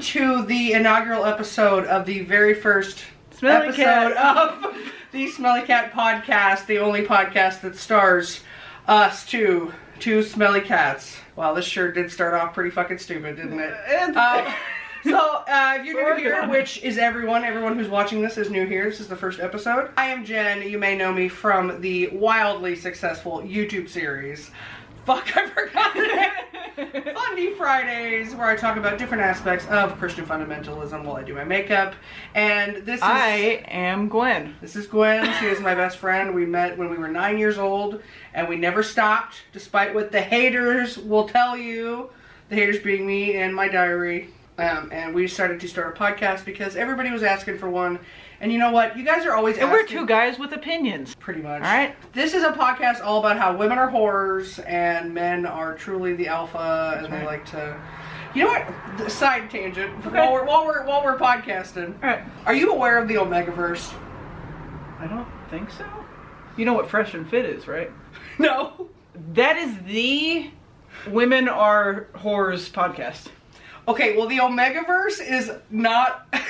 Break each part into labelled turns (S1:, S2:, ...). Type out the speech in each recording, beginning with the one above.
S1: to the inaugural episode of the very first
S2: Smelly
S1: episode
S2: cat.
S1: of the Smelly Cat podcast, the only podcast that stars us two, two smelly cats. Wow, this sure did start off pretty fucking stupid, didn't it?
S2: It's-
S1: Um, so, uh, if you're new
S2: We're
S1: here,
S2: gonna-
S1: which is everyone, everyone who's watching this is new here. This is the first episode. I am Jen. You may know me from the wildly successful YouTube series. Fuck, I forgot it. Fundy Fridays, where I talk about different aspects of Christian fundamentalism while I do my makeup. And this is
S2: I am Gwen.
S1: this is Gwen. She is my best friend. We met when we were nine years old, and we never stopped, despite what the haters will tell you. The haters being me and my diary. Um, and we decided to start a podcast because everybody was asking for one. And you know what? You guys are always
S2: And we're
S1: asking-
S2: two guys with opinions.
S1: Pretty much.
S2: All right.
S1: This is a podcast all about how women are horrors and men are truly the alpha, and they
S2: right.
S1: like to. You know what? Th- Side tangent.
S2: Okay.
S1: While we're while we're while we're podcasting,
S2: All right.
S1: are you aware of the Omegaverse?
S2: I don't think so. You know what Fresh and Fit is, right?
S1: No.
S2: That is the Women Are Whores podcast.
S1: Okay, well, the Omegaverse is not.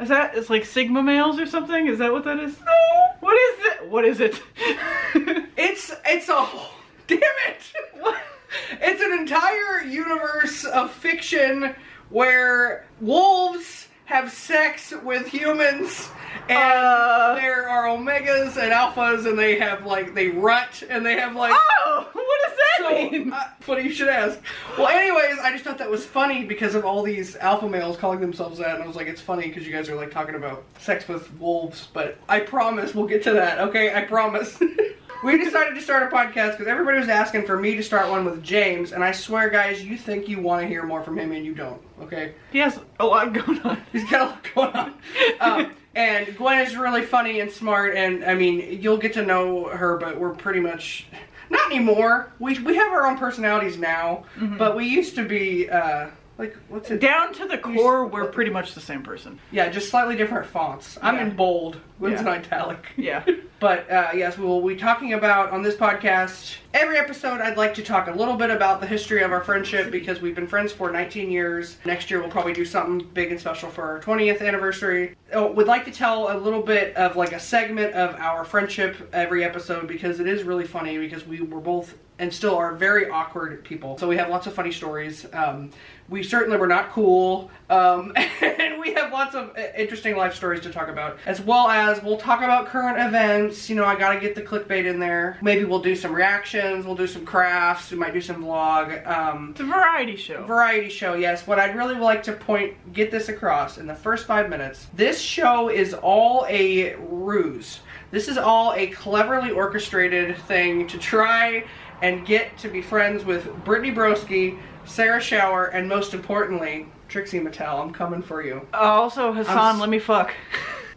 S2: Is that it's like Sigma males or something? Is that what that is?
S1: no,
S2: What is it? What is it?
S1: it's it's a whole- damn it.
S2: What?
S1: It's an entire universe of fiction where wolves have sex with humans, and
S2: Uh.
S1: there are omegas and alphas, and they have like they rut and they have like.
S2: oh, what does that
S1: So,
S2: mean?
S1: uh, funny you should ask. Well, anyways, I just thought that was funny because of all these alpha males calling themselves that, and I was like, it's funny because you guys are like talking about sex with wolves, but I promise we'll get to that, okay? I promise. we decided to start a podcast because everybody was asking for me to start one with James, and I swear, guys, you think you want to hear more from him and you don't, okay?
S2: he has a lot going on.
S1: He's got a lot going on. Um, and Gwen is really funny and smart, and I mean, you'll get to know her, but we're pretty much not anymore. We we have our own personalities now,
S2: Mm-hmm.
S1: but we used to be uh, like what's it?
S2: Down to the core, we're pretty much the same person.
S1: yeah, just slightly different fonts. I'm
S2: Yeah.
S1: in bold. Gwen's
S2: Yeah.
S1: in italic.
S2: Yeah.
S1: But uh, yes, we will be talking about on this podcast every episode. I'd like to talk a little bit about the history of our friendship because we've been friends for 19 years. Next year, we'll probably do something big and special for our 20th anniversary. Oh, we'd like to tell a little bit of like a segment of our friendship every episode because it is really funny because we were both and still are very awkward people. So we have lots of funny stories. Um, we certainly were not cool. Um, and we have lots of uh, interesting life stories to talk about, as well as we'll talk about current events. You know, I gotta get the clickbait in there. Maybe we'll do some reactions, we'll do some crafts, we might do some vlog. Um,
S2: It's a variety show.
S1: variety show yes what i'd really like to point get this across in the first five minutes this show is all a ruse this is all a cleverly orchestrated thing to try and get to be friends with brittany broski sarah shower and most importantly trixie mattel i'm coming for you
S2: Uh, Also,
S1: I'm
S2: Hassan,
S1: s-
S2: let me fuck.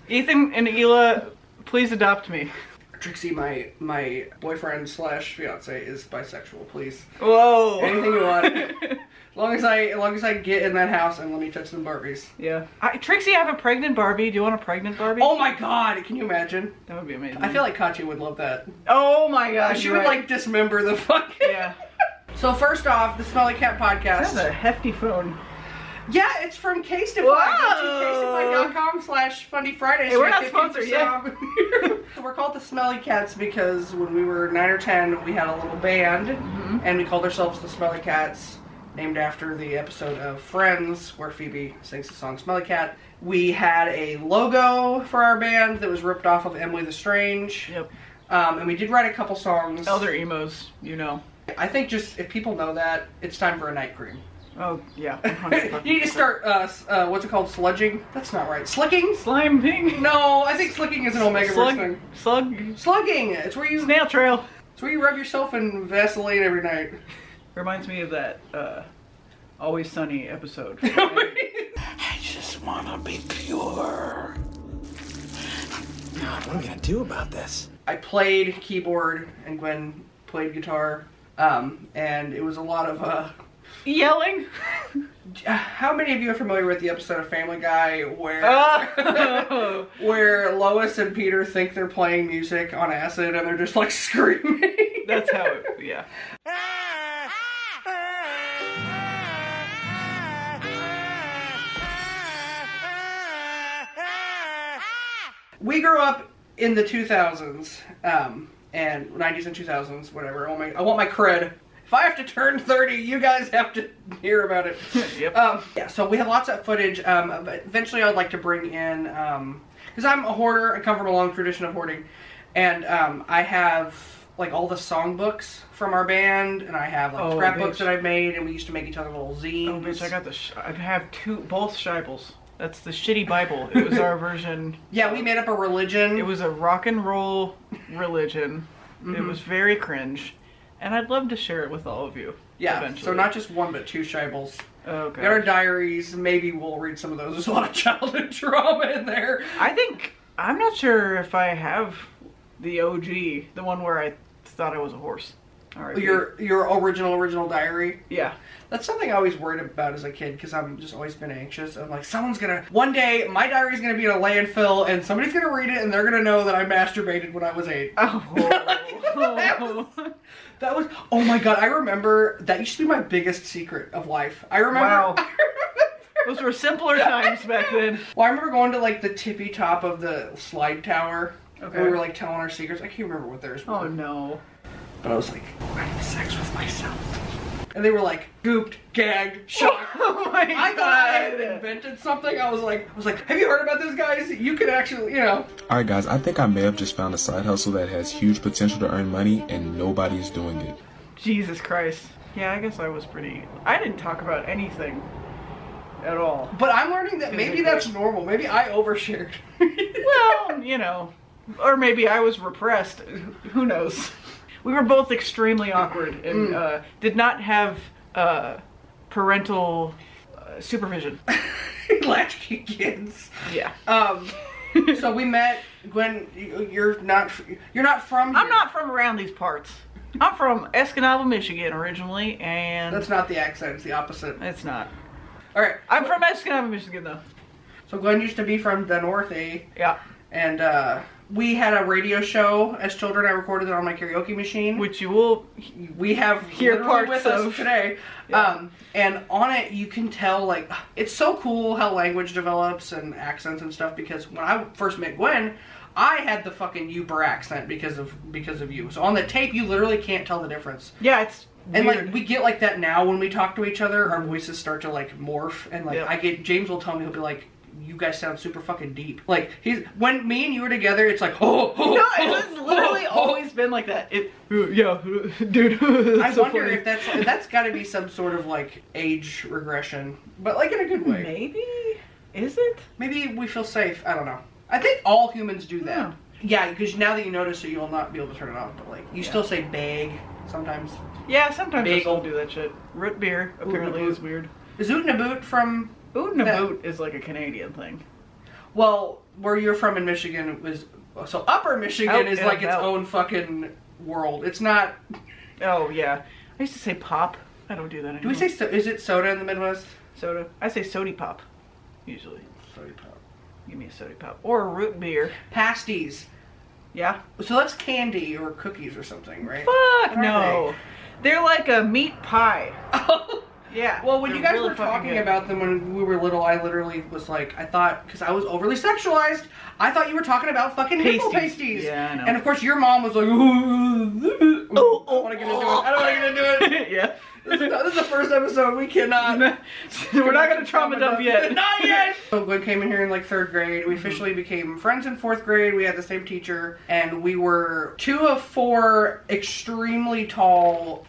S2: Ethan and Hila, please adopt me.
S1: trixie my my boyfriend slash fiance is bisexual please
S2: Whoa.
S1: Anything you want. as long as i as long as i get in that house and let me touch some barbies
S2: yeah. I, Trixie, I have a pregnant Barbie. Do you want a pregnant Barbie?
S1: oh my god can you imagine
S2: That would be amazing.
S1: I feel like Kachi would love that.
S2: Oh my gosh.
S1: she
S2: you're
S1: would
S2: right.
S1: like dismember the fucking.
S2: Yeah.
S1: So first off, the Smelly Cat
S2: That's
S1: podcast.
S2: a hefty phone.
S1: Yeah, it's from Case Defy.
S2: Whoa.
S1: Go to casedefy.com slash Fundy Fridays.
S2: Hey, we're
S1: to
S2: not
S1: get
S2: sponsored
S1: 50% off. So we're called the Smelly Cats because when we were nine or ten, we had a little band,
S2: Mm-hmm.
S1: and we called ourselves the Smelly Cats, named after the episode of Friends where Phoebe sings the song "Smelly Cat." We had a logo for our band that was ripped off of Emily the Strange,
S2: Yep.
S1: um, and we did write a couple songs.
S2: Elder emos, you know.
S1: I think just if people know that, it's time for a night cream.
S2: Oh, yeah.
S1: you need to start, uh, s- uh, what's it called? Sludging? That's not right. Slicking?
S2: Slime ping.
S1: No, I think slicking is an omega
S2: slug,
S1: thing.
S2: Slug.
S1: Slugging! It's where you
S2: Snail trail.
S1: it's where you rub yourself in Vaseline every night.
S2: Reminds me of that uh, Always Sunny episode.
S3: I just want to be pure. God, what are we going to do about this?
S1: I played keyboard and Gwen played guitar. Um, and it was a lot of, uh,
S2: Yelling.
S1: how many of you are familiar with the episode of Family Guy where
S2: Ah! Oh.
S1: where Lois and Peter think they're playing music on acid and they're just like screaming?
S2: That's how it, yeah.
S1: we grew up in the 2000s um, and 90s and 2000s whatever I want, my, I want my cred if i have to turn 30 you guys have to hear about it
S2: Yep.
S1: um, yeah so we have lots of footage um, of- eventually i'd like to bring in because i'm a hoarder i come from a long tradition of hoarding and um, i have like all the songbooks from our band and i have like
S2: Oh,
S1: scrapbooks
S2: bitch.
S1: that i've made and we used to make each other little zines
S2: Oh, bitch, I got the. Sh- I have two, both Shibels. That's the shitty Bible. It was our version.
S1: yeah we made up a religion
S2: It was a rock and roll religion. It
S1: Mm-hmm.
S2: was very cringe, and I'd love to share it with all of you.
S1: yeah
S2: eventually. Oh,
S1: so not just one but two shibbles
S2: Okay.
S1: There are diaries. Maybe we'll read some of those. There's a lot of childhood trauma in there.
S2: I think I'm not sure if I have the OG, the one where I thought I was a horse. All right.
S1: Your your original original diary.
S2: Yeah.
S1: That's something I always worried about as a kid because I'm just always been anxious. I'm like, someone's gonna one day my diary's gonna be in a landfill and somebody's gonna read it and they're gonna know that I masturbated when I was eight.
S2: Oh.
S1: That was oh my god. I remember that used to be my biggest secret of life. I remember.
S2: Wow. Those were simpler times back then.
S1: Well, I remember going to like the tippy top of the slide tower. Okay.
S2: Okay.
S1: And we were like telling our secrets. I can't remember what theirs were.
S2: Oh no.
S1: But I was like, I had sex with myself. And they were like, gooped, gagged, shocked.
S2: Oh my god.
S1: I thought I had invented something. I was like, I was like, have you heard about this, guys? You can actually, you know.
S4: Alright, guys, I think I may have just found a side hustle that has huge potential to earn money and nobody's doing it.
S2: Jesus Christ. Yeah, I guess I was pretty. I didn't talk about anything at all.
S1: But I'm learning that maybe that's normal. Maybe I overshared.
S2: Well, you know, or maybe I was repressed. Who knows? We were both extremely awkward and
S1: Mm.
S2: uh, did not have uh, parental uh, supervision.
S1: latchkey kids.
S2: Yeah.
S1: Um, so we met Gwen. you- You're not. You're not from.
S2: I'm
S1: here.
S2: not from around these parts. I'm from Escanaba, Michigan originally, and
S1: That's not the accent. It's the opposite.
S2: it's not.
S1: All right.
S2: I'm from Escanaba, Michigan, though.
S1: So Gwen used to be from the North, eh?
S2: Yeah.
S1: and uh, we had a radio show as children. I recorded it on my karaoke machine.
S2: Which you will.
S1: we have
S2: Hear
S1: here
S2: parts
S1: with
S2: of.
S1: us today. Um, and on it, you can tell like it's so cool how language develops and accents and stuff. Because when I first met Gwen, I had the fucking Uber accent because of because of you. So on the tape, you literally can't tell the difference.
S2: Yeah, it's.
S1: And
S2: weird.
S1: like we get like that now when we talk to each other, our voices start to like morph, and like
S2: Yeah.
S1: I get James will tell me he'll be like, "You guys sound super fucking deep." Like he's when me and you were together, it's like, oh, oh,
S2: No,
S1: oh,
S2: it's literally
S1: oh, oh."
S2: always been like that. It, uh, yeah, dude.
S1: I
S2: I
S1: wonder if that's that's got to be some sort of like age regression, but like in a good way.
S2: maybe is it?
S1: Maybe we feel safe. I don't know. I think all humans do that.
S2: Hmm.
S1: Oh. Yeah, because now that you notice it, you'll not be able to turn it off. But like, you
S2: Yeah.
S1: still say "bag" sometimes.
S2: Yeah, sometimes I
S1: Bagel.
S2: still do that shit. Root beer apparently
S1: Oot-naboot.
S2: is weird.
S1: Is oot and a boot from
S2: Oot
S1: That-
S2: naboot is like a Canadian thing.
S1: Well, where you're from in Michigan it was so Upper Michigan
S2: Out
S1: is
S2: and
S1: like its
S2: about.
S1: own fucking world. It's not.
S2: Oh yeah, I used to say pop. I don't do that anymore.
S1: Do we say so, is it soda in the Midwest?
S2: soda? I say sody pop, usually.
S1: Soda pop.
S2: Give me a sody pop or a root beer.
S1: Pasties.
S2: Yeah.
S1: So that's candy or cookies or something, right?
S2: Fuck
S1: are
S2: no. They're like a meat pie. Yeah.
S1: well, when you
S2: they're
S1: guys
S2: really
S1: were
S2: fucking
S1: talking
S2: good.
S1: about them when we were little, I literally was like, I thought because I was overly sexualized, I thought you were talking about fucking nipple
S2: Pasties.
S1: pasties.
S2: Yeah, I know.
S1: And of course, your mom was like, Ooh,
S2: Oh,
S1: I don't want to get into it. I don't want to get into it.
S2: yeah.
S1: This is, this is the first episode. We cannot.
S2: We're not gonna trauma dump yet. Mm-hmm.
S1: Not yet. So Glenn came in here in like third grade. We officially became friends in fourth grade. We had the same teacher, and we were two of four extremely tall,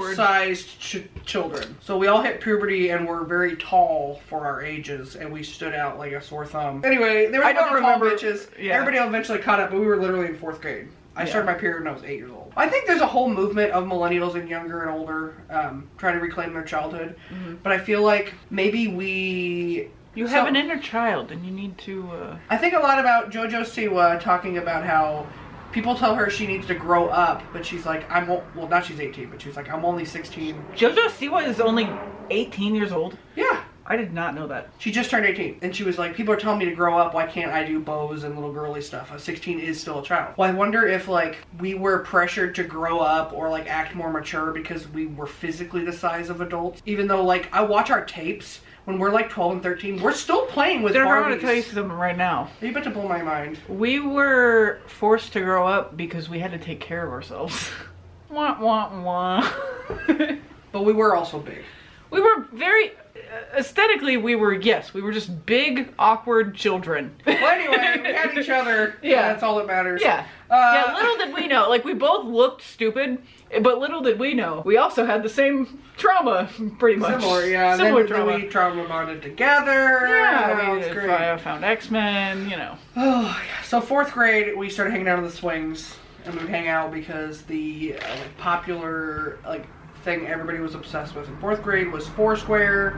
S1: adult-sized ch- children. So we all hit puberty and were very tall for our ages, and we stood out like a sore thumb. Anyway, there were
S2: I don't remember-
S1: bitches.
S2: yeah.
S1: Everybody eventually caught up, but we were literally in fourth grade. I
S2: Yeah.
S1: started my period when I was eight years old. I think there's a whole movement of millennials and younger and older um, trying to reclaim their childhood, but I feel like maybe we.
S2: Mm-hmm. You
S1: So-
S2: have an inner child, and you need to. Uh,
S1: I think a lot about JoJo Siwa talking about how people tell her she needs to grow up, but she's like, I'm o- well, now she's 18, but she's like, I'm only 16.
S2: JoJo Siwa is only 18 years old.
S1: Yeah,
S2: I did not know that.
S1: she just turned 18, and she was like, people are telling me to grow up. Why can't I do bows and little girly stuff? A 16 is still a child. Well, I wonder if like we were pressured to grow up or like act more mature because we were physically the size of adults, even though like I watch our tapes. when we're like 12 and 13, we're still playing with
S2: Jennifer, I
S1: Barbies.
S2: want to tell you something right now.
S1: Are you about to blow my mind?
S2: We were forced to grow up because we had to take care of ourselves. wah, wah, wah.
S1: But we were also big.
S2: we were very. Aesthetically, we were, yes, we were just big, awkward children.
S1: Well, anyway, we had each other.
S2: Yeah.
S1: That's all that matters.
S2: Yeah.
S1: Uh,
S2: yeah, little did we know. Like, we both looked stupid, but little did we know. We also had the same trauma, pretty much.
S1: Similar, yeah.
S2: Similar
S1: then,
S2: trauma.
S1: Then we trauma bonded together.
S2: yeah,
S1: Oh,
S2: we
S1: it's
S2: did-
S1: great.
S2: I found X Men, you know.
S1: Oh, yeah. so fourth grade, we started hanging out on the swings, and we'd hang out because the uh, like, popular like thing everybody was obsessed with in fourth grade was Foursquare,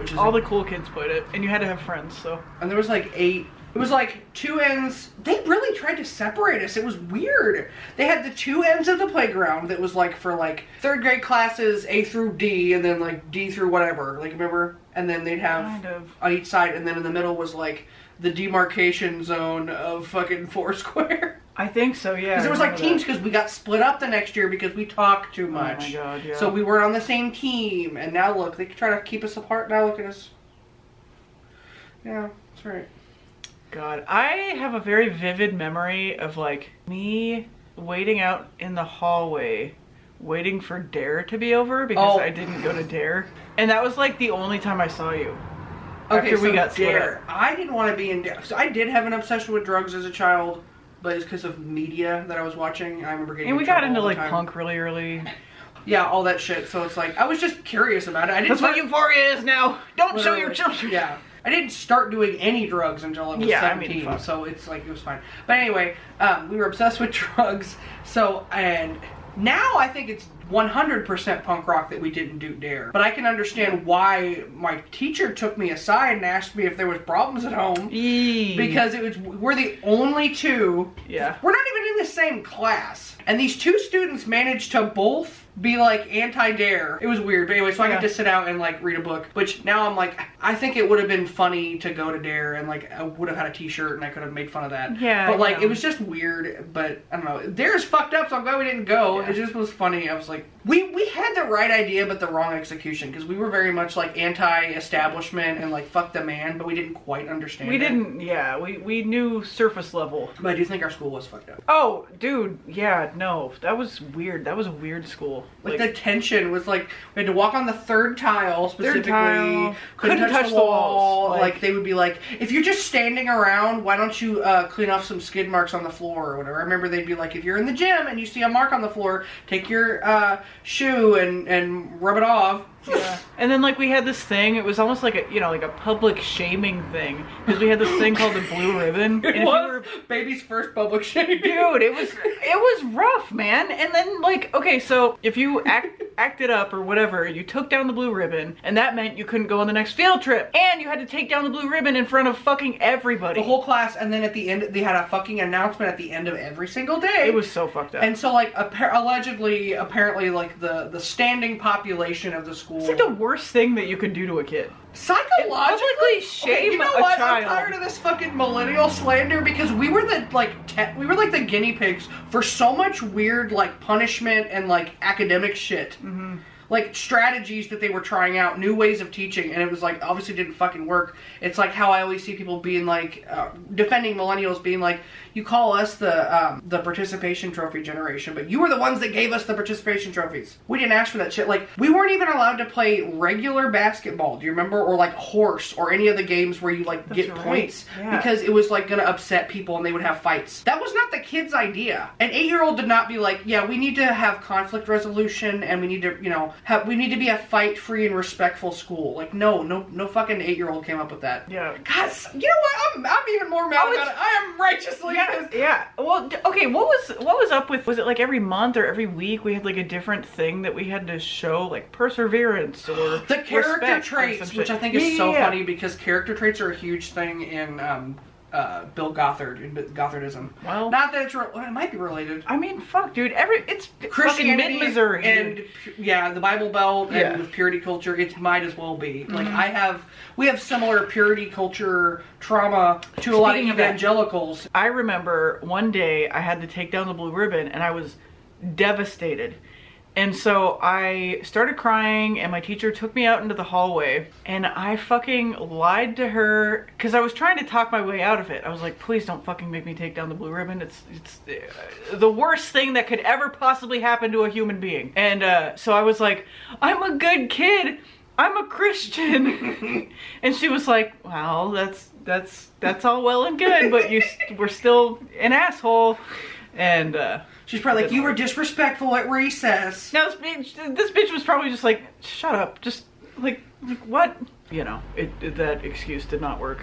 S1: which is
S2: All
S1: a-
S2: the cool kids played it, and you had to have friends, so.
S1: and there was like eight. It was like two ends. They really tried to separate us. It was weird. They had the two ends of the playground that was like for like third grade classes A through D, and then like D through whatever. Like remember? And then they'd have
S2: Kind of.
S1: on each side, and then in the middle was like the demarcation zone of fucking Foursquare.
S2: I think so, yeah.
S1: Because
S2: I
S1: it was like
S2: remember
S1: teams
S2: that.
S1: because we got split up the next year because we talked too
S2: my
S1: much.
S2: God, yeah.
S1: So we weren't on the same team, and now look, they try to keep us apart. Now look at us. Yeah, that's right.
S2: God, I have a very vivid memory of like me waiting out in the hallway, waiting for Dare to be over because
S1: Oh.
S2: I didn't go to Dare, and that was like the only time I saw you.
S1: Okay,
S2: After
S1: so
S2: we got split
S1: dare. I didn't want to be in dare. So I did have an obsession with drugs as a child, but it's because of media that I was watching. I remember getting.
S2: And we
S1: in
S2: got
S1: trouble
S2: into
S1: all the
S2: like
S1: time.
S2: punk really early.
S1: Yeah, all that shit. So it's like I was just curious about it. I didn't.
S2: That's what
S1: start-
S2: euphoria is now. Don't show your
S1: Literally.
S2: children.
S1: Yeah. I didn't start doing any drugs until I was
S2: Yeah, I mean,
S1: 17,
S2: fuck.
S1: so it's like it was fine. But anyway, um, we were obsessed with drugs. So and now I think it's 100% punk rock that we didn't do dare. But I can understand why my teacher took me aside and asked me if there was problems at home
S2: Eee.
S1: because it was we're the only two
S2: Yeah.
S1: we're not even in the same class. And these two students managed to both be like anti dare. It was weird. But anyway, so I got
S2: Yeah.
S1: to sit out and like read a book, which now I'm like, I think it would have been funny to go to dare and like I would have had a t shirt and I could have made fun of that.
S2: Yeah,
S1: But like
S2: yeah.
S1: it was just weird. But I don't know. Dare is fucked up, so I'm glad we didn't go.
S2: Yeah.
S1: It just was funny. I was like, we, we had the right idea, but the wrong execution because we were very much like anti establishment and like fuck the man, but we didn't quite understand
S2: We
S1: it.
S2: didn't. Yeah, we we knew surface level.
S1: But I do think our school was fucked up.
S2: Oh, dude. Yeah, no, that was weird. That was a weird school.
S1: Like, the tension was like we had to walk on the third tile specifically.
S2: tile. Couldn't touch the walls,
S1: Like,
S2: like-
S1: they would be like, if you're just standing around, why don't you uh, clean off some skid marks on the floor or whatever? I remember they'd be like, if you're in the gym and you see a mark on the floor, take your uh, shoe and and rub it off.
S2: Yeah. And then like we had this thing, it was almost like a you know like a public shaming thing because we had this thing called the blue ribbon. And if
S1: It
S2: you
S1: was
S2: were-
S1: baby's first public shaming.
S2: dude, it was it was rough, man. And then like okay, so if you act acted up or whatever, you took down the blue ribbon, and that meant you couldn't go on the next field trip, and you had to take down the blue ribbon in front of fucking everybody.
S1: The whole class, and then at the end, they had a fucking announcement at the end of every single day.
S2: it was so fucked up.
S1: And so, like, appar- allegedly, apparently, like the the standing population of the school.
S2: it's like the worst thing that you could do to a kid.
S1: psychologically
S2: Publicly
S1: Okay,
S2: shame
S1: you know
S2: a
S1: what?
S2: child.
S1: I'm tired of this fucking millennial slander because we were the like te- we were like the guinea pigs for so much weird like punishment and like academic shit. Mm-hmm. Like strategies that they were trying out, new ways of teaching, and it was like obviously didn't fucking work. It's like how I always see people being like uh, defending millennials, being like, "You call us the um, the participation trophy generation, but you were the ones that gave us the participation trophies. We didn't ask for that shit. Like we weren't even allowed to play regular basketball. Do you remember? Or like horse or any of the games where you like
S2: That's
S1: get
S2: right.
S1: points
S2: Yeah.
S1: because it was like gonna upset people and they would have fights. That was not the kid's idea. An eight year old did not be like, yeah, we need to have conflict resolution and we need to, you know, have, we need to be a fight free and respectful school. Like, no, no, no fucking eight year old came up with that.
S2: Yeah.
S1: God, s- you know what? I'm, I'm even more mad
S2: Oh,
S1: about
S2: it's-
S1: it. I am righteously.
S2: Oh, Yeah, yeah. Well, d- okay. What was what was up with? Was it like every month or every week we had like a different thing that we had to show, like perseverance or
S1: The character
S2: respect or some
S1: traits,
S2: shit?
S1: which I think
S2: Yeah,
S1: is
S2: yeah,
S1: so
S2: yeah.
S1: funny because character traits are a huge thing in um, uh, Bill Gothard, in Gothardism.
S2: Well-
S1: not that it's, re- well, it might be related.
S2: I mean, fuck, dude. Every it's fucking
S1: Christianity
S2: mid Missouri.
S1: and pu- yeah, Mm-hmm. the Bible Belt
S2: Yeah.
S1: and with purity culture, it might as well be. Like I have, we have similar purity culture trauma to a lot of
S2: Speaking of that-
S1: evangelicals.
S2: I remember one day I had to take down the blue ribbon and I was devastated. And so I started crying, and my teacher took me out into the hallway, and I fucking lied to her because I was trying to talk my way out of it. I was like, "Please don't fucking make me take down the blue ribbon. It's it's uh, the worst thing that could ever possibly happen to a human being." And uh, so I was like, "I'm a good kid. I'm a Christian," and she was like, "Well, that's that's that's all well and good, but you st- were still an asshole." And uh,
S1: She's probably like, you were disrespectful at recess.
S2: now this bitch, this bitch was probably just like, shut up, just like, like what? You know, it, it- that excuse did not work.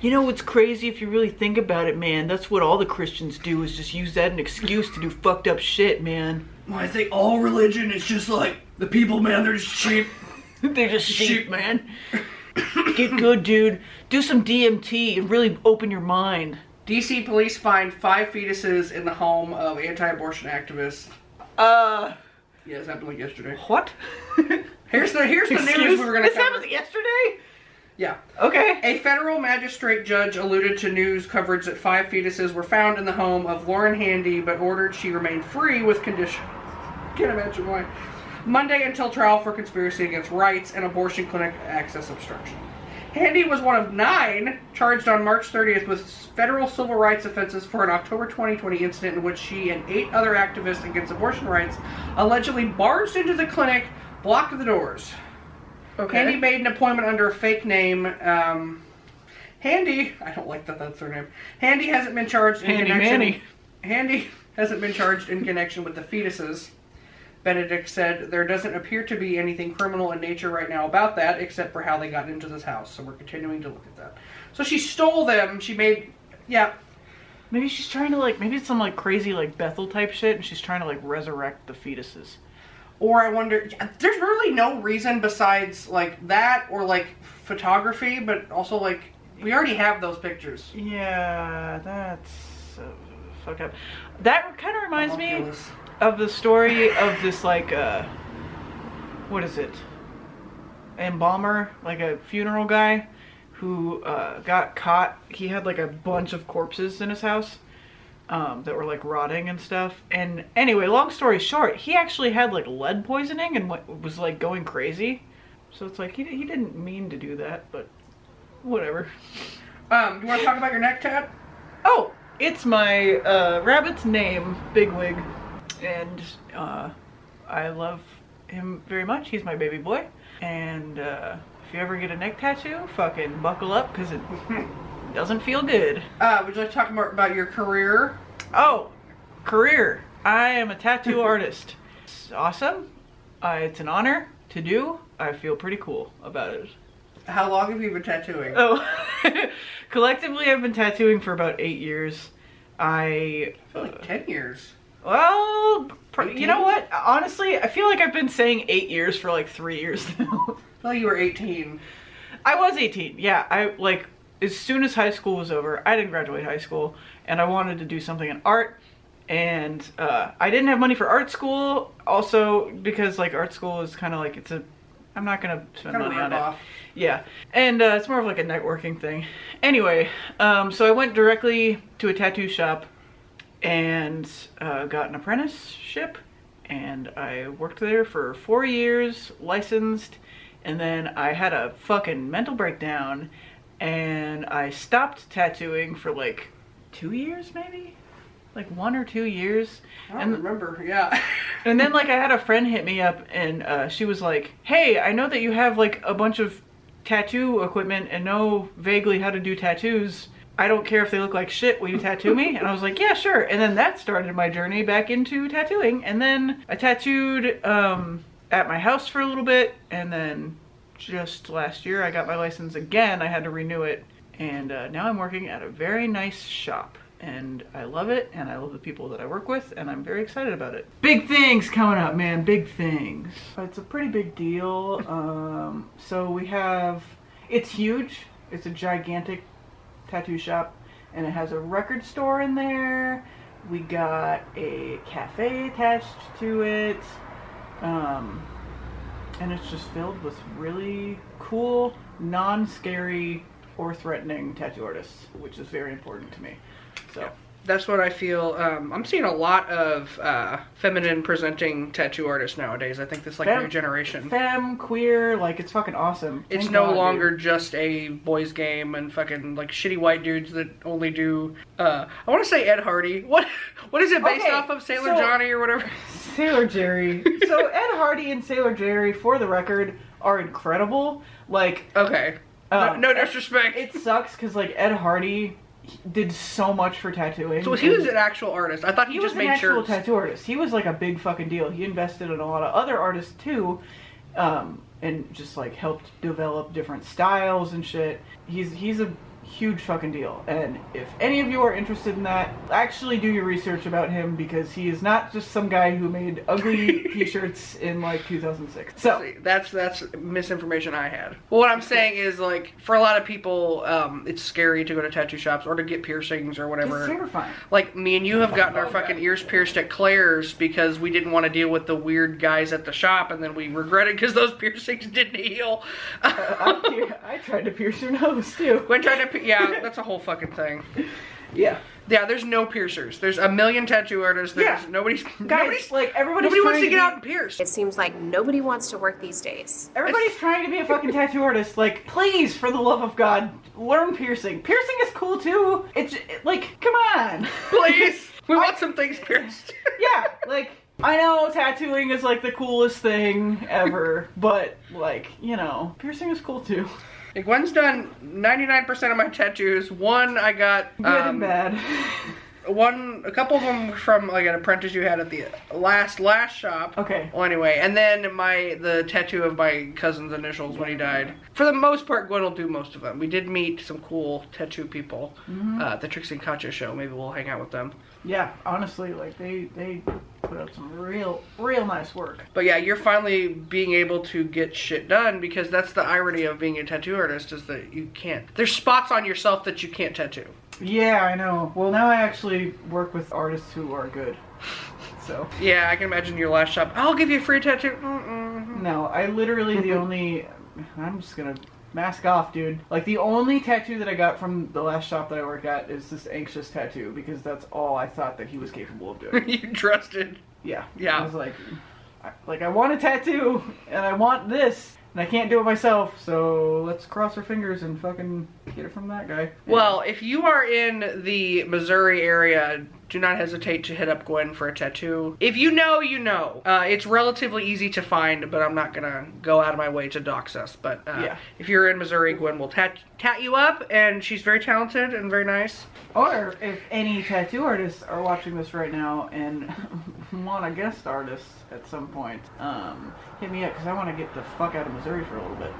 S2: You know what's crazy if you really think about it, man? That's what all the Christians do is just use that an excuse to do fucked up shit, man.
S1: I think all religion is just like the people, man. They're just cheap.
S2: They're just sheep,
S1: Sheep.
S2: man. Get good, dude. Do some DMT and really open your mind.
S1: DC police find five fetuses in the home of anti-abortion activists.
S2: Uh,
S1: Yeah, this happened like yesterday.
S2: what?
S1: Here's the here's the news
S2: Excuse?
S1: we were gonna
S2: this
S1: cover.
S2: happened yesterday?
S1: Yeah.
S2: Okay.
S1: A federal magistrate judge alluded to news coverage that five fetuses were found in the home of Lauren Handy, but ordered she remain free with condition. Can't imagine why. Monday until trial for conspiracy against rights and abortion clinic access obstruction. Handy was one of nine charged on March 30th with federal civil rights offenses for an October 2020 incident in which she and eight other activists against abortion rights allegedly barged into the clinic, blocked the doors. Handy made an appointment under a fake name. Um, Handy, I don't like that that's her name. Handy hasn't been charged in
S2: Handy
S1: connection.
S2: Manny.
S1: Handy hasn't been charged in connection with the fetuses. Benedict said there doesn't appear to be anything criminal in nature right now about that, except for how they got into this house. So we're continuing to look at that. So she stole them. She made, yeah,
S2: Maybe she's trying to like maybe it's some like crazy like Bethel type shit and she's trying to like resurrect the fetuses.
S1: or I wonder. yeah, There's really no reason besides like that or like photography, but also like we already have those pictures.
S2: Yeah, that's uh, fucked up. That kind of reminds me
S1: Ridiculous.
S2: of the story of this like uh what is it? Embalmer, like a funeral guy who uh got caught. He had like a bunch of corpses in his house. um, that were like rotting and stuff. And anyway, long story short, he actually had like lead poisoning and what was like going crazy. So it's like he, he didn't mean to do that, but whatever.
S1: Um, you want to talk about your neck tat?
S2: Oh, it's my uh, rabbit's name, Bigwig, and uh, I love him very much. He's my baby boy. And uh, if you ever get a neck tattoo, fucking buckle up because it doesn't feel good.
S1: Uh, would you like to talk more about your career?
S2: Oh, career. I am a tattoo artist. It's awesome. Uh, it's an honor to do. I feel pretty cool about it.
S1: How long have you been tattooing?
S2: Oh, collectively, I've been tattooing for about eight years. I,
S1: I feel like ten years.
S2: well, pr- you know
S1: Eighteen?
S2: what? Honestly, I feel like I've been saying eight years for like three years now.
S1: I feel like you were eighteen.
S2: I was 18. Yeah, I like as soon as high school was over, I didn't graduate high school, and I wanted to do something in art. And uh, I didn't have money for art school, also because like art school is kind of like it's a, I'm not gonna spend
S1: Kinda
S2: money on
S1: ripoff.
S2: it. Yeah, and uh, it's more of like a networking thing. Anyway, um, so I went directly to a tattoo shop and uh, got an apprenticeship and I worked there for four years, licensed, and then I had a fucking mental breakdown and I stopped tattooing for like two years maybe? Like one or two years.
S1: I don't
S2: And
S1: remember. Yeah.
S2: and then like I had a friend hit me up and uh, she was like, "Hey, I know that you have like a bunch of tattoo equipment and know vaguely how to do tattoos. I don't care if they look like shit. Will you tattoo me?" And I was like, "Yeah, sure." And then that started my journey back into tattooing. And then I tattooed um, at my house for a little bit, and then just last year I got my license again. I had to renew it, and uh, now I'm working at a very nice shop and I love it, and I love the people that I work with, and I'm very excited about it. Big things coming up, man. Big things. It's a pretty big deal. Um, so we have, it's huge. It's a gigantic tattoo shop, and it has a record store in there. We got a cafe attached to it, um, and it's just filled with really cool, non-scary or threatening tattoo artists, which is very important to me. So
S1: That's what I feel. Um, I'm seeing a lot of uh, feminine presenting tattoo artists nowadays. I think this like
S2: Fem-
S1: new generation.
S2: Femme, queer, like it's fucking awesome.
S1: it's
S2: Thank
S1: no
S2: God, dude.
S1: longer just a boys game and fucking like shitty white dudes that only do. Uh, I want to say Ed Hardy. What what is it based
S2: Okay,
S1: off of Sailor
S2: so-
S1: Johnny or whatever?
S2: Sailor Jerry. so Ed Hardy and Sailor Jerry, for the record, are incredible. Like
S1: Okay.
S2: um,
S1: no, no disrespect.
S2: it sucks because like Ed Hardy he did so much for tattooing.
S1: so he was an actual artist. I thought he,
S2: He
S1: just
S2: was an
S1: made
S2: actual
S1: shirts.
S2: tattoo artist. He was like a big fucking deal. He invested in a lot of other artists too, um, and just like helped develop different styles and shit. He's he's a huge fucking deal. And if any of you are interested in that, actually do your research about him because he is not just some guy who made ugly t-shirts in like 2006. So
S1: See, that's that's misinformation I had. Well, what I'm saying is like for a lot of people, um, it's scary to go to tattoo shops or to get piercings or
S2: it's
S1: whatever.
S2: terrifying.
S1: Like me and you have gotten our fucking ears pierced at Claire's because we didn't want to deal with the weird guys at the shop, and then we regretted because those piercings didn't heal.
S2: I, I tried to pierce your nose too.
S1: when trying to, pi- yeah, that's a whole fucking thing.
S2: Yeah.
S1: Yeah, there's no piercers. There's a million tattoo artists. There's
S2: Yeah.
S1: nobody's
S2: Guys,
S1: nobody's
S2: like everybody's
S1: nobody wants
S2: trying
S1: to get
S2: be-
S1: out and pierce.
S5: It seems like nobody wants to work these days.
S2: Everybody's trying to be a fucking tattoo artist. Like, please, for the love of God, learn piercing. Piercing is cool too. It's it, like, come on.
S1: Please, we want some things pierced.
S2: yeah, like, I know tattooing is like the coolest thing ever, but like, you know, piercing is cool too.
S1: Like one's done 99% of my tattoos. One I got
S2: Good
S1: um,
S2: and bad.
S1: one a couple of them were from like an apprentice you had at the last last shop.
S2: Okay.
S1: Well, anyway, and then my the tattoo of my cousin's initials when he died. For the most part, Gwen will do most of them. We did meet some cool tattoo people
S2: Mm-hmm.
S1: uh, at the Trixie and Katya show. Maybe we'll hang out with them.
S2: Yeah, honestly, like they they put out some real real nice work.
S1: But yeah, you're finally being able to get shit done because that's the irony of being a tattoo artist is that you can't. There's spots on yourself that you can't tattoo.
S2: Yeah, I know. Well, now I actually work with artists who are good. So.
S1: Yeah, I can imagine your last shop. I'll give you a free tattoo. Mm-mm.
S2: No, I literally the only. I'm just gonna mask off, dude. Like the only tattoo that I got from the last shop that I worked at is this anxious tattoo because that's all I thought that he was capable of doing.
S1: you trusted.
S2: yeah.
S1: Yeah.
S2: I was like, I, like I want a tattoo and I want this and I can't do it myself, so let's cross our fingers and fucking get it from that guy.
S1: Well, if you are in the Missouri area, do not hesitate to hit up Gwen for a tattoo. If you know, you know. Uh, it's relatively easy to find, but I'm not gonna go out of my way to dox us. But uh,
S2: Yeah.
S1: if you're in Missouri, Gwen will tat tat you up, and she's very talented and very nice.
S2: Or if any tattoo artists are watching this right now and want a guest artist at some point, um, hit me up because I want to get the fuck out of Missouri for a little bit.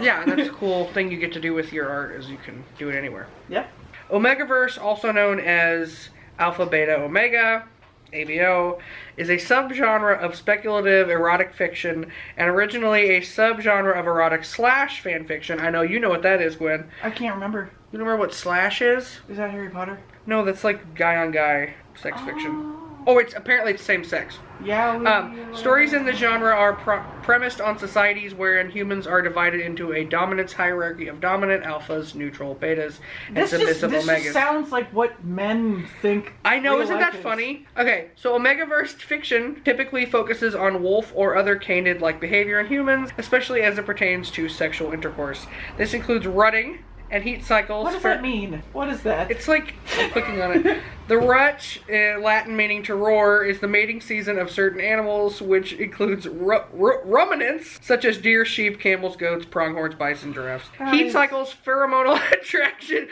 S1: Yeah, that's a cool thing you get to do with your art is you can do it anywhere.
S2: Yeah.
S1: Omegaverse, also known as Alpha Beta Omega, ABO, is a subgenre of speculative erotic fiction and originally a subgenre of erotic slash fan fiction. I know you know what that is, Gwen.
S2: I can't remember.
S1: You remember what slash is?
S2: Is that Harry Potter?
S1: No, that's like guy on guy sex fiction. Oh, it's apparently it's same sex.
S2: Yeah. We,
S1: Um, stories in the genre are pro- premised on societies wherein humans are divided into a dominance hierarchy of dominant alphas, neutral betas, and
S2: this just,
S1: submissive
S2: this
S1: omegas.
S2: just sounds like what men think.
S1: I know,
S2: real
S1: isn't
S2: life
S1: that
S2: is.
S1: funny? Okay, so Omegaverse fiction typically focuses on wolf or other canid like behavior in humans, especially as it pertains to sexual intercourse. This includes rutting and heat cycles.
S2: What does
S1: for-
S2: that mean? What is that?
S1: It's like I'm clicking on it. The rut, uh, Latin meaning to roar, is the mating season of certain animals, which includes ru- ru- ruminants such as deer, sheep, camels, goats, pronghorns, bison, giraffes. Heat
S2: Guys.
S1: cycles, pheromonal attraction.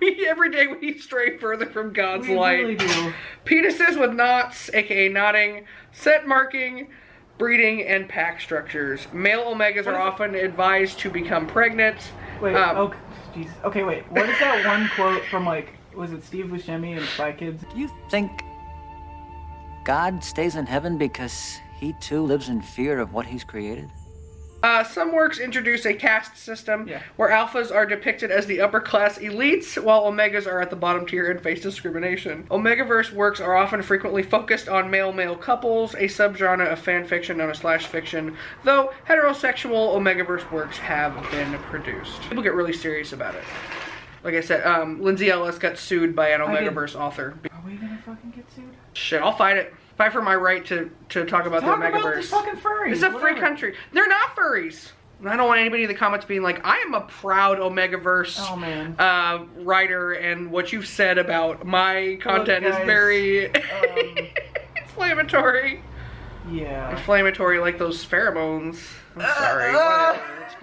S1: we every day we stray further from God's
S2: we
S1: light
S2: really do.
S1: penises with knots, aka knotting, scent marking, breeding, and pack structures. Male omegas are often advised to become pregnant.
S2: Wait.
S1: Um,
S2: oh, jeez. Okay, wait. What is that one quote from like? Was it Steve Buscemi and Spy Kids?
S6: You think God stays in heaven because he too lives in fear of what he's created?
S1: Uh, some works introduce a caste system
S2: Yeah.
S1: where alphas are depicted as the upper class elites, while omegas are at the bottom tier and face discrimination. Omegaverse works are often frequently focused on male male couples, a subgenre of fan fiction known as slash fiction, though heterosexual Omegaverse works have been produced. People get really serious about it. Like I said, um, Lindsay Ellis got sued by an
S2: didn't-
S1: Omegaverse author.
S2: Are we gonna fucking get sued?
S1: Shit, I'll fight it. Fight for my right to, to talk about
S2: Talk
S1: the Omegaverse.
S2: about the fucking furries.
S1: It's a free
S2: whatever.
S1: country. They're not furries. And I don't want anybody in the comments being like, I am a proud Omegaverse
S2: Oh, man.
S1: Uh, writer, and what you've said about my content is
S2: guys,
S1: very
S2: um,
S1: inflammatory.
S2: Yeah.
S1: Inflammatory, like those pheromones. I'm sorry.
S2: uh.
S1: whatever, it's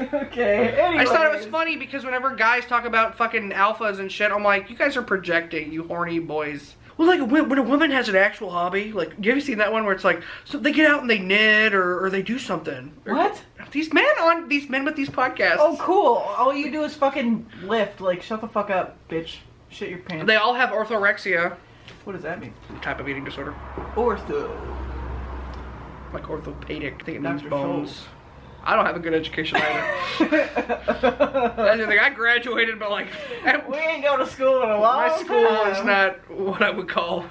S1: gross.
S2: okay. Anyway.
S1: I just thought it was funny because whenever guys talk about fucking alphas and shit, I'm like, you guys are projecting, you horny boys. Well, like when, when a woman has an actual hobby, like have you seen that one where it's like, so they get out and they knit or, or they do something. Or-
S2: What?
S1: These men on these men with these podcasts.
S2: Oh, cool. All you do is fucking lift. Like, shut the fuck up, bitch. Shit your pants.
S1: They all have orthorexia,
S2: what does that mean?
S1: type of eating disorder,
S2: Ortho.
S1: like orthopedic. I think it means
S2: Dr.
S1: bones.
S2: Scholl.
S1: I don't have a good education either. That's the thing. I graduated, but like, at-
S2: we ain't go to school in a long
S1: my school is
S2: time.
S1: not what I would call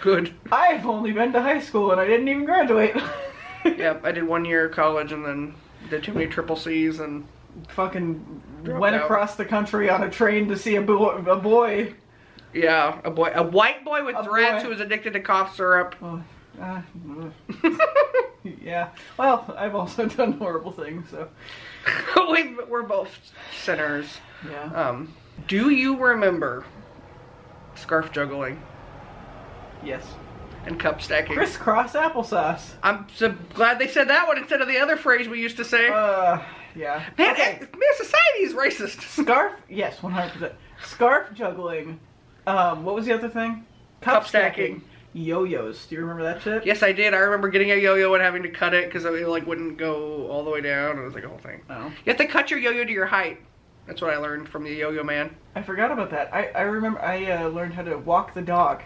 S1: good.
S2: I've only been to high school and I didn't even graduate.
S1: Yep, I did one year of college and then did too many triple C's and
S2: Fucking
S1: Dropped
S2: went
S1: out.
S2: across the country on a train to see a, bo- a boy.
S1: yeah, a boy, a white boy with
S2: A
S1: dreads
S2: boy.
S1: who was addicted to cough syrup.
S2: Oh, ah, ugh. yeah. Well, I've also done horrible things, so.
S1: we, we're both sinners.
S2: Yeah.
S1: Um, do you remember scarf juggling
S2: yes.
S1: and cup stacking?
S2: Crisscross applesauce.
S1: I'm so glad they said that one instead of the other phrase we used to say.
S2: Uh, yeah.
S1: man, eh, man, society is racist.
S2: Scarf, yes, 100%. Scarf juggling. Um, what was the other thing?
S1: Cup stacking.
S2: Yo-yos. Do you remember that shit?
S1: yes, I did. I remember getting a yo-yo and having to cut it because it like wouldn't go all the way down. It was like a whole thing.
S2: No.
S1: You have to cut your yo-yo to your height. That's what I learned from the yo-yo man.
S2: I forgot about that. I, I remember I uh, learned how to walk the dog.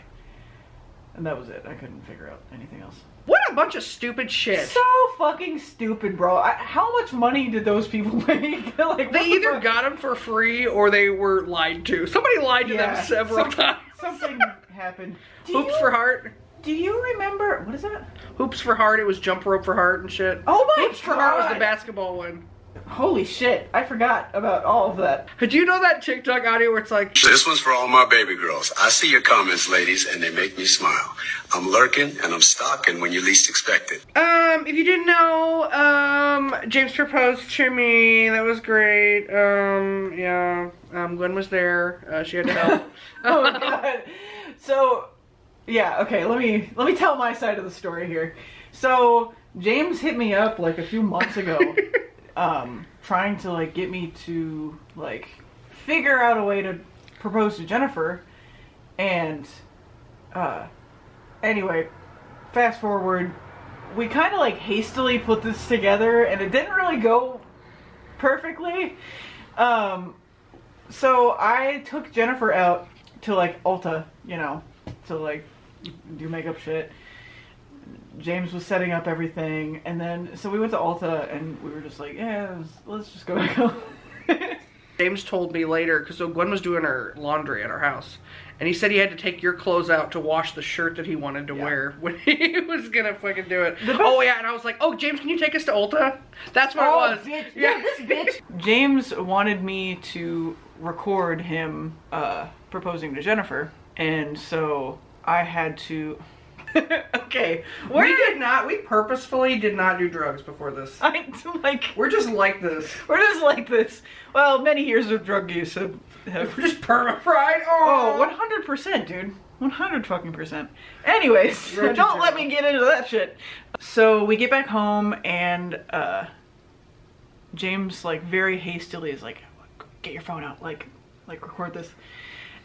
S2: And that was it. I couldn't figure out anything else.
S1: What a bunch of stupid shit.
S2: So fucking stupid, bro. I, how much money did those people make? like,
S1: they either got them for free or they were lied to. Somebody lied to
S2: Yeah.
S1: them several
S2: Some-
S1: times.
S2: Something happened. Do
S1: Hoops
S2: you,
S1: for heart.
S2: Do you remember? What is that?
S1: Hoops for heart. It was jump rope for heart and shit.
S2: Oh my
S1: Hoops for heart was the
S2: God.
S1: basketball one.
S2: Holy shit. I forgot about all of that.
S1: Do you know that TikTok audio where it's like,
S7: This one's for all my baby girls. I see your comments, ladies, and they make me smile. I'm lurking and I'm stalking when you least expect it.
S1: Um, if you didn't know, um, James proposed to me. That was great. Um, yeah. Um, Gwen was there. Uh, she had to help.
S2: oh god. So yeah, okay, let me let me tell my side of the story here. So James hit me up like a few months ago um trying to like get me to like figure out a way to propose to Jennifer and uh anyway, fast forward we kind of like hastily put this together and it didn't really go perfectly. Um, so I took Jennifer out to like Ulta, you know, to like do makeup shit. James was setting up everything, and then so we went to Ulta, and we were just like, yeah, let's, let's just go to Ulta."
S1: James told me later because so Gwen was doing her laundry at our house, and he said he had to take your clothes out to wash the shirt that he wanted to wear when he was gonna fucking do it. oh yeah, and I was like, oh James, can you take us to Ulta? That's what
S2: Oh,
S1: it was.
S2: bitch. Yeah, this bitch. James wanted me to record him uh, proposing to Jennifer, and so I had to. okay, where
S1: we
S2: did
S1: did not. We purposefully did not do drugs before this.
S2: I like?
S1: We're just like this.
S2: We're just like this. Well, many years of drug use have. have
S1: We're just perma fried.
S2: oh,
S1: Oh,
S2: 100%, dude. 100 fucking percent. Anyways,
S1: Road to
S2: don't let
S1: jail.
S2: me get into that shit. So we get back home and uh, James like very hastily is like, get your phone out, like, like record this.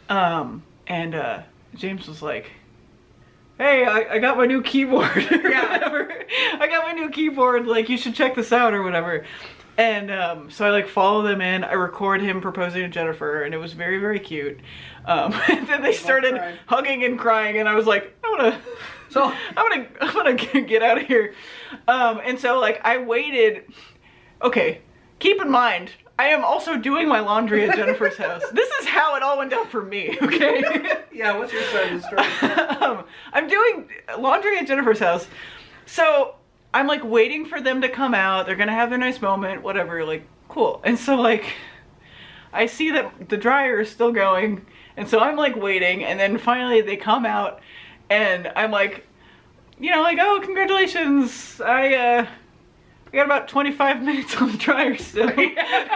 S2: Um, and uh, James was like, hey, I, I got my new keyboard or whatever. I got my new keyboard, like you should check this out or whatever. And um, so I like follow them in, I record him proposing to Jennifer and it was very, very cute. Um, and then they started
S1: cried.
S2: hugging and crying and I was like, I wanna,
S1: So-
S2: I'm gonna, I'm gonna get out of here. Um, and so like I waited, okay, keep in mind, I am also doing my laundry at Jennifer's house. This is how it all went down for me, okay?
S1: yeah. What's your side of the story?
S2: um, I'm doing laundry at Jennifer's house. So I'm like waiting for them to come out. They're gonna have their nice moment, whatever, like cool. And so like I see that the dryer is still going, and so I'm like waiting, and then finally they come out, and I'm like, you know, like, oh, congratulations, I, uh, we got about 25 minutes on the dryer still.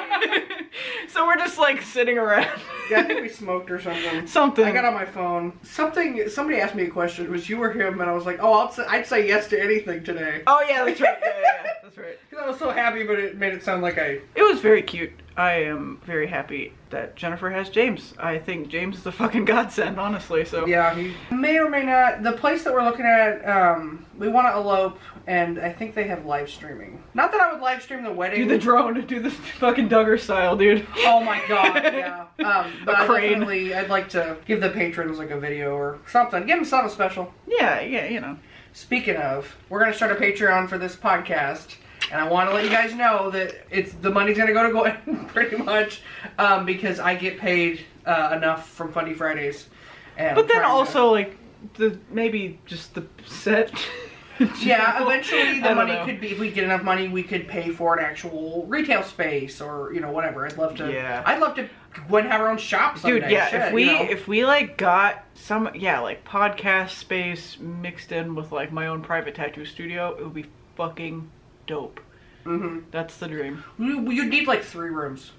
S2: so we're just like sitting around.
S1: Yeah, I think we smoked or something.
S2: Something.
S1: I got on my phone. Something. Somebody asked me a question. It was you or him, and I was like, "Oh, I'll say, I'd say yes to anything today."
S2: Oh yeah, that's right. Yeah, yeah, yeah, that's right.
S1: 'Cause I was so happy, but it made it sound like I.
S2: It was very cute. I am very happy that Jennifer has James. I think James is a fucking godsend, honestly. So
S1: Yeah, he may or may not. The place that we're looking at, um, we want to elope, and I think they have live streaming. Not that I would live stream the wedding.
S2: Do the drone, do the fucking Duggar style, dude.
S1: Oh my god, yeah. Um, but
S2: A
S1: I
S2: crane.
S1: definitely, I'd like to give the patrons like a video or something. Give them something special.
S2: Yeah, yeah, you know.
S1: Speaking of, we're gonna start a Patreon for this podcast, and I want to let you guys know that it's the money's gonna go to Gwen pretty much um, because I get paid uh, enough from Funny Fridays. And
S2: But then
S1: trying to-
S2: also like the maybe just the set.
S1: yeah, eventually
S2: I
S1: the
S2: don't
S1: money
S2: know.
S1: could be if we get enough money, we could pay for an actual retail space or you know whatever. I'd love to.
S2: Yeah.
S1: I'd love to. Gwen have her own shop someday.
S2: Dude, yeah,
S1: Shit,
S2: if we
S1: you know?
S2: if we like got some yeah, like podcast space mixed in with like my own private tattoo studio, it would be fucking dope. Mm-hmm. That's the dream.
S1: You- You'd need like three rooms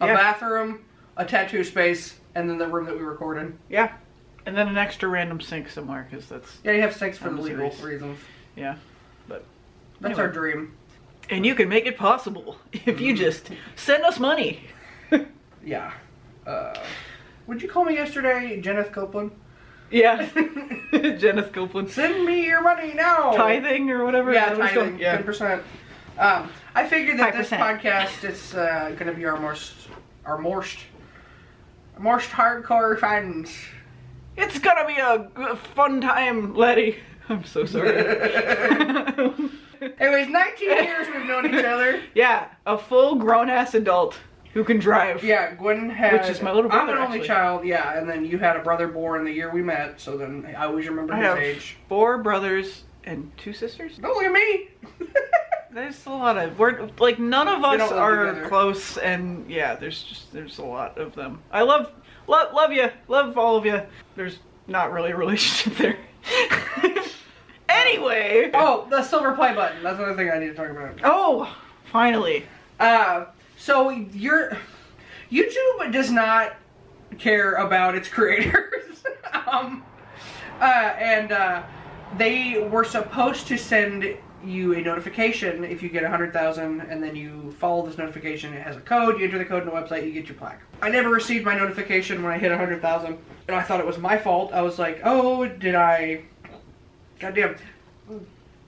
S1: a
S2: Yeah.
S1: bathroom, a tattoo space, and then the room that we record in.
S2: Yeah. And then an extra random sink somewhere, because that's,
S1: Yeah, you have sex for
S2: I'm
S1: the legal
S2: serious.
S1: reasons.
S2: yeah. But
S1: That's
S2: Anyway.
S1: our dream.
S2: And you can make it possible if you just send us money.
S1: Yeah. Uh, would you call me yesterday, Jenneth Copeland?
S2: Yeah. Jenneth Copeland.
S1: Send me your money now.
S2: Tithing or whatever.
S1: Yeah,
S2: that was
S1: tithing.
S2: called- Yeah.
S1: Ten percent. Um, I figured that this
S2: 5%.
S1: podcast is uh, going to be our most, our most, most hardcore fans.
S2: It's gonna be a, a fun time, Letty. I'm so sorry.
S1: Anyways, 19 years we've known each other.
S2: yeah, a full grown ass adult who can drive.
S1: Yeah, Gwen had.
S2: Which is my little
S1: I'm
S2: brother,
S1: an only
S2: actually.
S1: child. Yeah, and then you had a brother born the year we met, so then I always remember
S2: I
S1: his
S2: have
S1: age.
S2: four brothers and two sisters.
S1: Don't look at me.
S2: There's a lot of we're like none of
S1: don't
S2: us
S1: live
S2: are
S1: together.
S2: close, and yeah, there's just there's a lot of them. I love love love you, love all of you. There's not really a relationship there. anyway, oh,
S1: Oh, the silver play button. That's another thing I need to talk about.
S2: oh, finally,
S1: Uh, so your YouTube does not care about its creators. um, uh, and uh, they were supposed to send you a notification if you get 100,000 and then you follow this notification. It has a code. You enter the code in the website, you get your plaque. I never received my notification when I hit 100,000 and I thought it was my fault. I was like, oh, did I. Goddamn.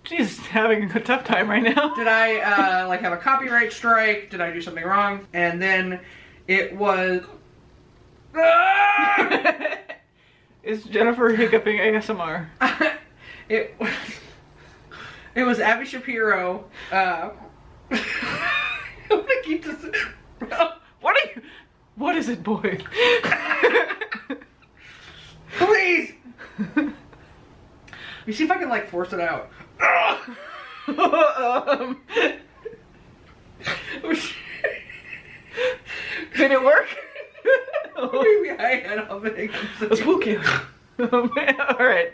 S2: she's having a tough time right now.
S1: did I uh, like have a copyright strike? Did I do something wrong? And then it was.
S2: Is Jennifer hiccuping ASMR?
S1: It was. It was Abby Shapiro. Uh, I'm gonna keep this.
S2: What are you? What is it, boy?
S1: Please. You see if I can like force it out.
S2: um, did it work?
S1: Maybe I had all the hiccups.
S2: Spooky. Oh, All right.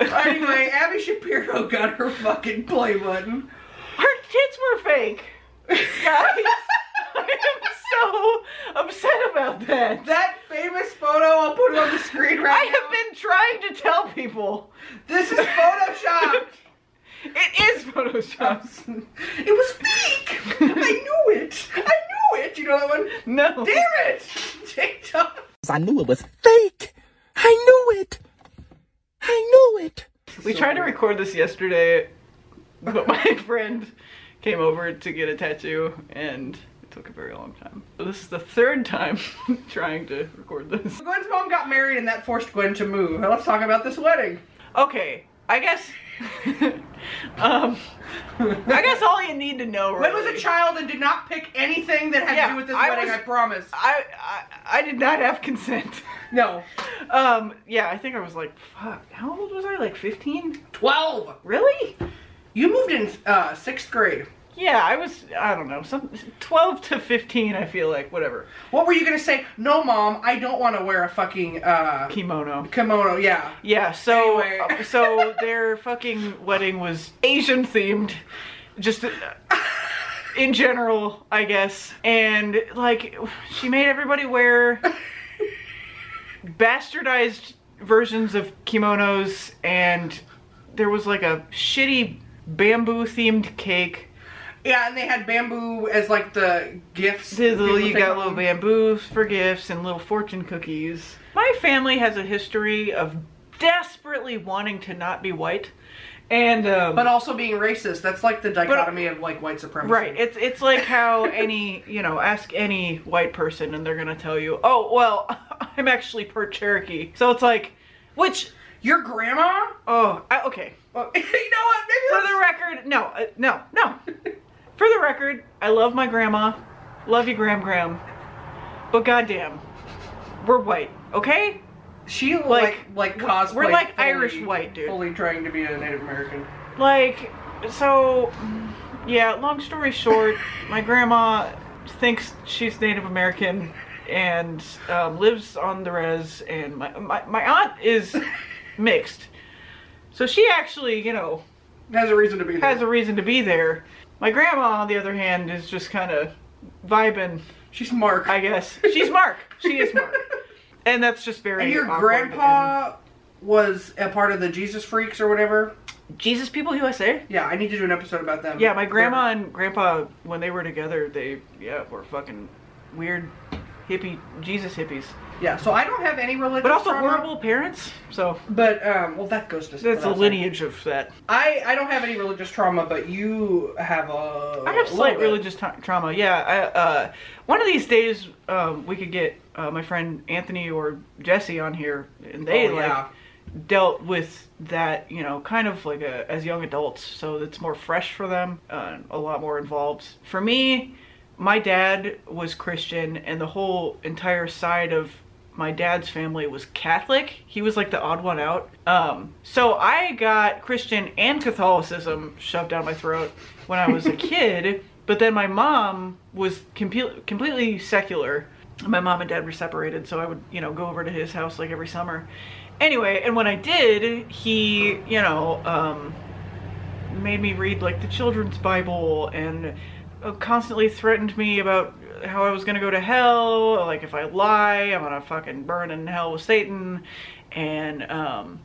S1: Anyway, Abby Shapiro got her fucking play button.
S2: her tits were fake. Guys, I am so upset about that.
S1: That famous photo I'll put it on the screen right
S2: I
S1: now.
S2: have been trying to tell people
S1: This is photoshopped.
S2: it is Photoshop.
S1: It was fake. I knew it. I knew it. You know that one?
S2: No.
S1: Damn it! TikTok.
S8: I knew it was fake. I knew it. I knew it.
S2: We tried to record this yesterday, but my friend came over to get a tattoo and it took a very long time. This is the third time trying to record this.
S1: Gwen's mom got married, and that forced Gwen to move. Now let's talk about this wedding.
S2: Okay, I guess. um, I guess all you need to know. Really,
S1: Gwen was a child and did not pick anything that had to
S2: Yeah,
S1: do with this
S2: I
S1: wedding.
S2: was-
S1: I promise.
S2: I, I I did not have consent.
S1: No,
S2: Um, yeah, I think I was like, fuck. How old was I? Like 15?
S1: twelve.
S2: Really?
S1: You moved in uh, sixth grade.
S2: Yeah, I was, I don't know, some, 12 to 15, I feel like, whatever.
S1: What were you gonna say? No, mom, I don't want to wear a fucking uh,
S2: Kimono.
S1: kimono. Yeah.
S2: Yeah, so uh,
S1: Anyway.
S2: so their fucking wedding was Asian themed, just uh, in general, I guess. And like, she made everybody wear bastardized versions of kimonos, and there was like a shitty bamboo themed cake.
S1: Yeah, and they had bamboo as like the gifts.
S2: So the-
S1: people
S2: you
S1: take
S2: got little
S1: home.
S2: bamboos for gifts and little fortune cookies. My family has a history of desperately wanting to not be white, and um,
S1: But also being racist. That's like the dichotomy of like white supremacy.
S2: right, it's it's like how any you know ask any white person and they're gonna tell you, oh well, I'm actually per Cherokee. So it's like, which
S1: Your grandma?
S2: oh I, okay.
S1: Well, you know what? Maybe
S2: For
S1: that's-
S2: the record, no, uh, no, no. For the record, I love my grandma. Love you, Gram Gram. But goddamn, we're white, okay?
S1: she like like cosplay.
S2: we're like
S1: fully-
S2: Irish white, dude.
S1: Fully trying to be a Native American.
S2: Like, so, yeah, long story short, my grandma thinks she's Native American and um, lives on the res, and my, my, my aunt is mixed. So she actually, you know,
S1: Has a reason to be. There.
S2: has a reason to be there. My grandma, on the other hand, is just kind of vibing,
S1: She's Mark.
S2: I guess. She's Mark. She is Mark. And that's just very.
S1: and your
S2: awkward
S1: grandpa was a part of the Jesus Freaks or whatever.
S2: and- Jesus People USA?
S1: Yeah, I need to do an episode about them.
S2: Yeah, my grandma and grandpa, when they were together, they, yeah, were fucking weird hippie, Jesus hippies.
S1: Yeah, so I don't have any religious.
S2: But also
S1: trauma,
S2: horrible parents. So
S1: But um, well, that goes to.
S2: that's a
S1: what I was
S2: lineage of that.
S1: saying. I I don't have any religious trauma, but you have a.
S2: I have
S1: a little
S2: slight
S1: bit.
S2: religious tra- trauma. Yeah, I, uh, one of these days um, we could get uh, my friend Anthony or Jesse on here, and they
S1: Oh,
S2: like
S1: yeah.
S2: dealt with that. You know, kind of like a, as young adults, so it's more fresh for them, uh, a lot more involved. For me, my dad was Christian, and the whole entire side of my dad's family was Catholic. He was like the odd one out. Um, so I got Christian and Catholicism shoved down my throat when I was a kid. But then my mom was compu completely secular. My mom and dad were separated, so I would, you know, go over to his house like every summer. Anyway, and when I did, he, you know, um, made me read like the children's Bible and uh, constantly threatened me about how I was gonna go to hell. Like if I lie, I'm gonna fucking burn in hell with Satan, and um,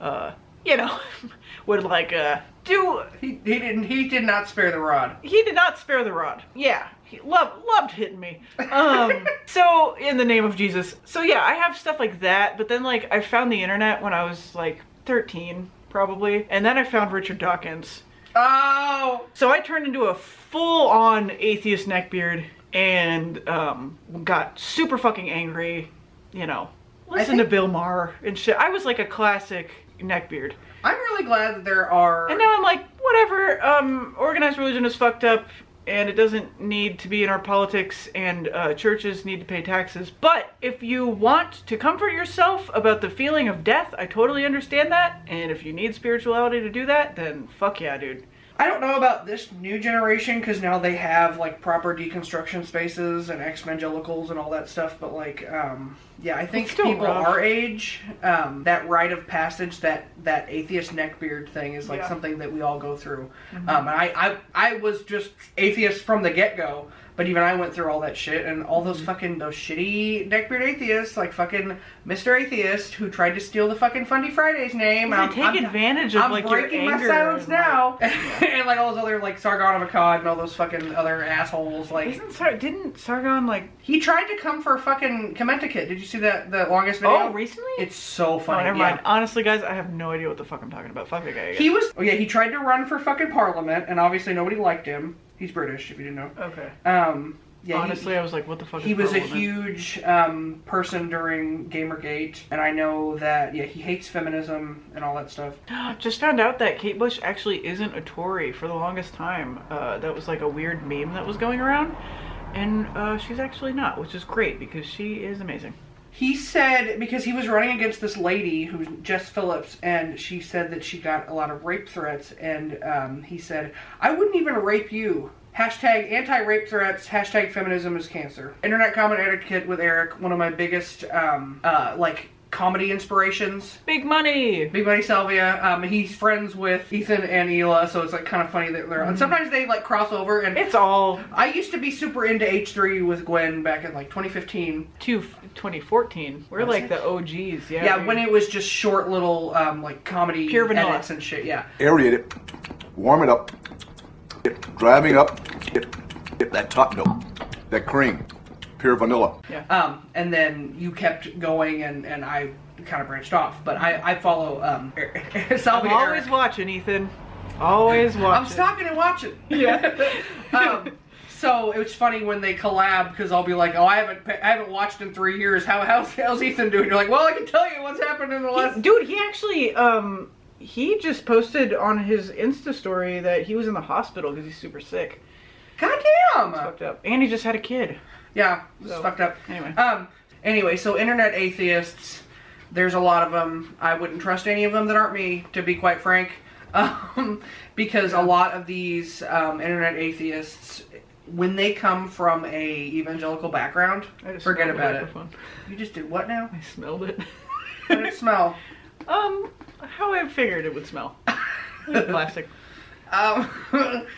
S2: uh, you know, would like uh, do.
S1: He, he didn't. He did not spare the rod.
S2: He did not spare the rod. Yeah, he loved loved hitting me. Um, so in the name of Jesus. So yeah, I have stuff like that. But then like I found the internet when I was like 13 probably, and then I found Richard Dawkins.
S1: Oh,
S2: So I turned into a full on atheist neckbeard and um, got super fucking angry, you know. Listen to
S1: think-
S2: Bill Maher and shit. I was like a classic neckbeard.
S1: I'm really glad that there are.
S2: And now I'm like, whatever, um, organized religion is fucked up and it doesn't need to be in our politics and uh, churches need to pay taxes. But if you want to comfort yourself about the feeling of death, I totally understand that. And if you need spirituality to do that, then fuck yeah, dude.
S1: I don't know about this new generation because now they have like proper deconstruction spaces and evangelicals and all that stuff. But like, um, yeah, I think
S2: It's still
S1: people
S2: rough.
S1: our age, um, that rite of passage, that that atheist neckbeard thing is like
S2: Yeah. Mm-hmm.
S1: something that we all go through. Um, and I, I I was just atheist from the get go, but even I went through all that shit and all
S2: Mm-hmm.
S1: those fucking those shitty neckbeard atheists like fucking Mister Atheist who tried to steal the fucking Fundy Fridays name.
S2: They
S1: and
S2: take advantage of
S1: I'm
S2: like your
S1: breaking
S2: anger.
S1: my silence
S2: and, like-
S1: now, and like all those other like Sargon of Akkad and all those fucking other assholes. Like
S2: Isn't Sar- didn't Sargon like?
S1: he tried to come for fucking Connecticut. Did you see that the longest video?
S2: Oh, recently?
S1: It's so
S2: oh,
S1: funny.
S2: never
S1: yeah.
S2: mind. Honestly, guys, I have no idea what the fuck I'm talking about. Fuck that guy. I guess.
S1: He was oh yeah he tried to run for fucking parliament and obviously nobody liked him. He's British if you didn't know.
S2: okay.
S1: Um yeah he-
S2: Honestly, I was like, what the fuck?
S1: He
S2: is
S1: was a
S2: Parliament?
S1: huge um, person during Gamergate, and I know that yeah he hates feminism and all that stuff.
S2: Just found out that Kate Bush actually isn't a Tory for the longest time. Uh, that was like a weird meme that was going around, and uh, she's actually not, which is great because she is amazing.
S1: He said because he was running against this lady who's Jess Phillips, and she said that she got a lot of rape threats, and um, he said, "I wouldn't even rape you." Hashtag anti-rape threats. Hashtag feminism is cancer. Internet comment etiquette with Eric, one of my biggest um, uh, like comedy inspirations.
S2: Big money.
S1: Big Money Salvia. Um, he's friends with Ethan and Hila, so it's like kind of funny that they're on. Sometimes they like cross over, and
S2: It's all
S1: I used to be super into H3 with Gwen back in like 2015.
S2: to 2014. We're like the OGs. Yeah.
S1: Yeah,
S2: we-
S1: when it was just short little um, like comedy
S2: Pure vanilla.
S1: edits and shit. Yeah,
S9: aerate it, warm it up, driving up, get, get that top note, that cream, pure vanilla.
S1: um, and then you kept going, and and I kind of branched off, but I I follow um, Salvia.
S2: I'm always
S1: Eric.
S2: watching, Ethan. Always watching.
S1: I'm stopping and watching.
S2: Yeah.
S1: um, so it was funny when they collab because I'll be like, "Oh, I haven't, pa- I haven't watched in three years. How, how's, how's Ethan doing?" You're like, "Well, I can tell you what's happened in the last."
S2: Dude, he actually um he just posted on his Insta story that he was in the hospital because he's super sick.
S1: Goddamn.
S2: Fucked up. And he just had a kid.
S1: Yeah, it's
S2: So,
S1: fucked up.
S2: anyway.
S1: Um. Anyway, so internet atheists. There's a lot of them. I wouldn't trust any of them that aren't me, to be quite frank, um, because a lot of these um, internet atheists, when they come from a evangelical background,
S2: I just
S1: forget
S2: smelled the
S1: about it.
S2: microphone.
S1: You just did what now?
S2: I smelled it.
S1: How did it smell?
S2: um how I figured it would smell. Plastic,
S1: Um,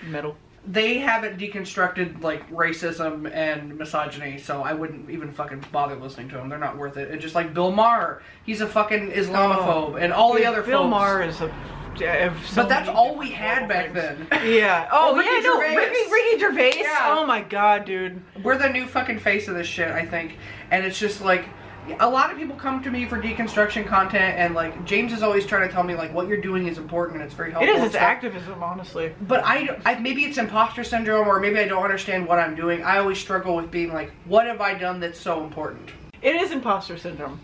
S2: metal.
S1: they haven't deconstructed like racism and misogyny, so I wouldn't even fucking bother listening to them. They're not worth it. And just like Bill Maher, he's a fucking Islamophobe, and all the
S2: Oh. Dude,
S1: other
S2: Bill
S1: phobes.
S2: Maher is a I have so
S1: But that's
S2: many
S1: all we
S2: different
S1: had back
S2: horrible things.
S1: then.
S2: Yeah. Oh,
S1: Oh, Ricky
S2: yeah. No,
S1: Gervais.
S2: Ricky, Ricky Gervais.
S1: Yeah.
S2: Oh my god, dude.
S1: We're the new fucking face of this shit, I think. And it's just like a lot of people come to me for deconstruction content, and like James is always trying to tell me like what you're doing is important and it's very
S2: It
S1: helpful.
S2: is.
S1: and
S2: It's
S1: stuff.
S2: activism, honestly.
S1: but I, I maybe it's imposter syndrome or maybe I don't understand what I'm doing. I always struggle with being like, what have I done that's so important?
S2: It is imposter syndrome.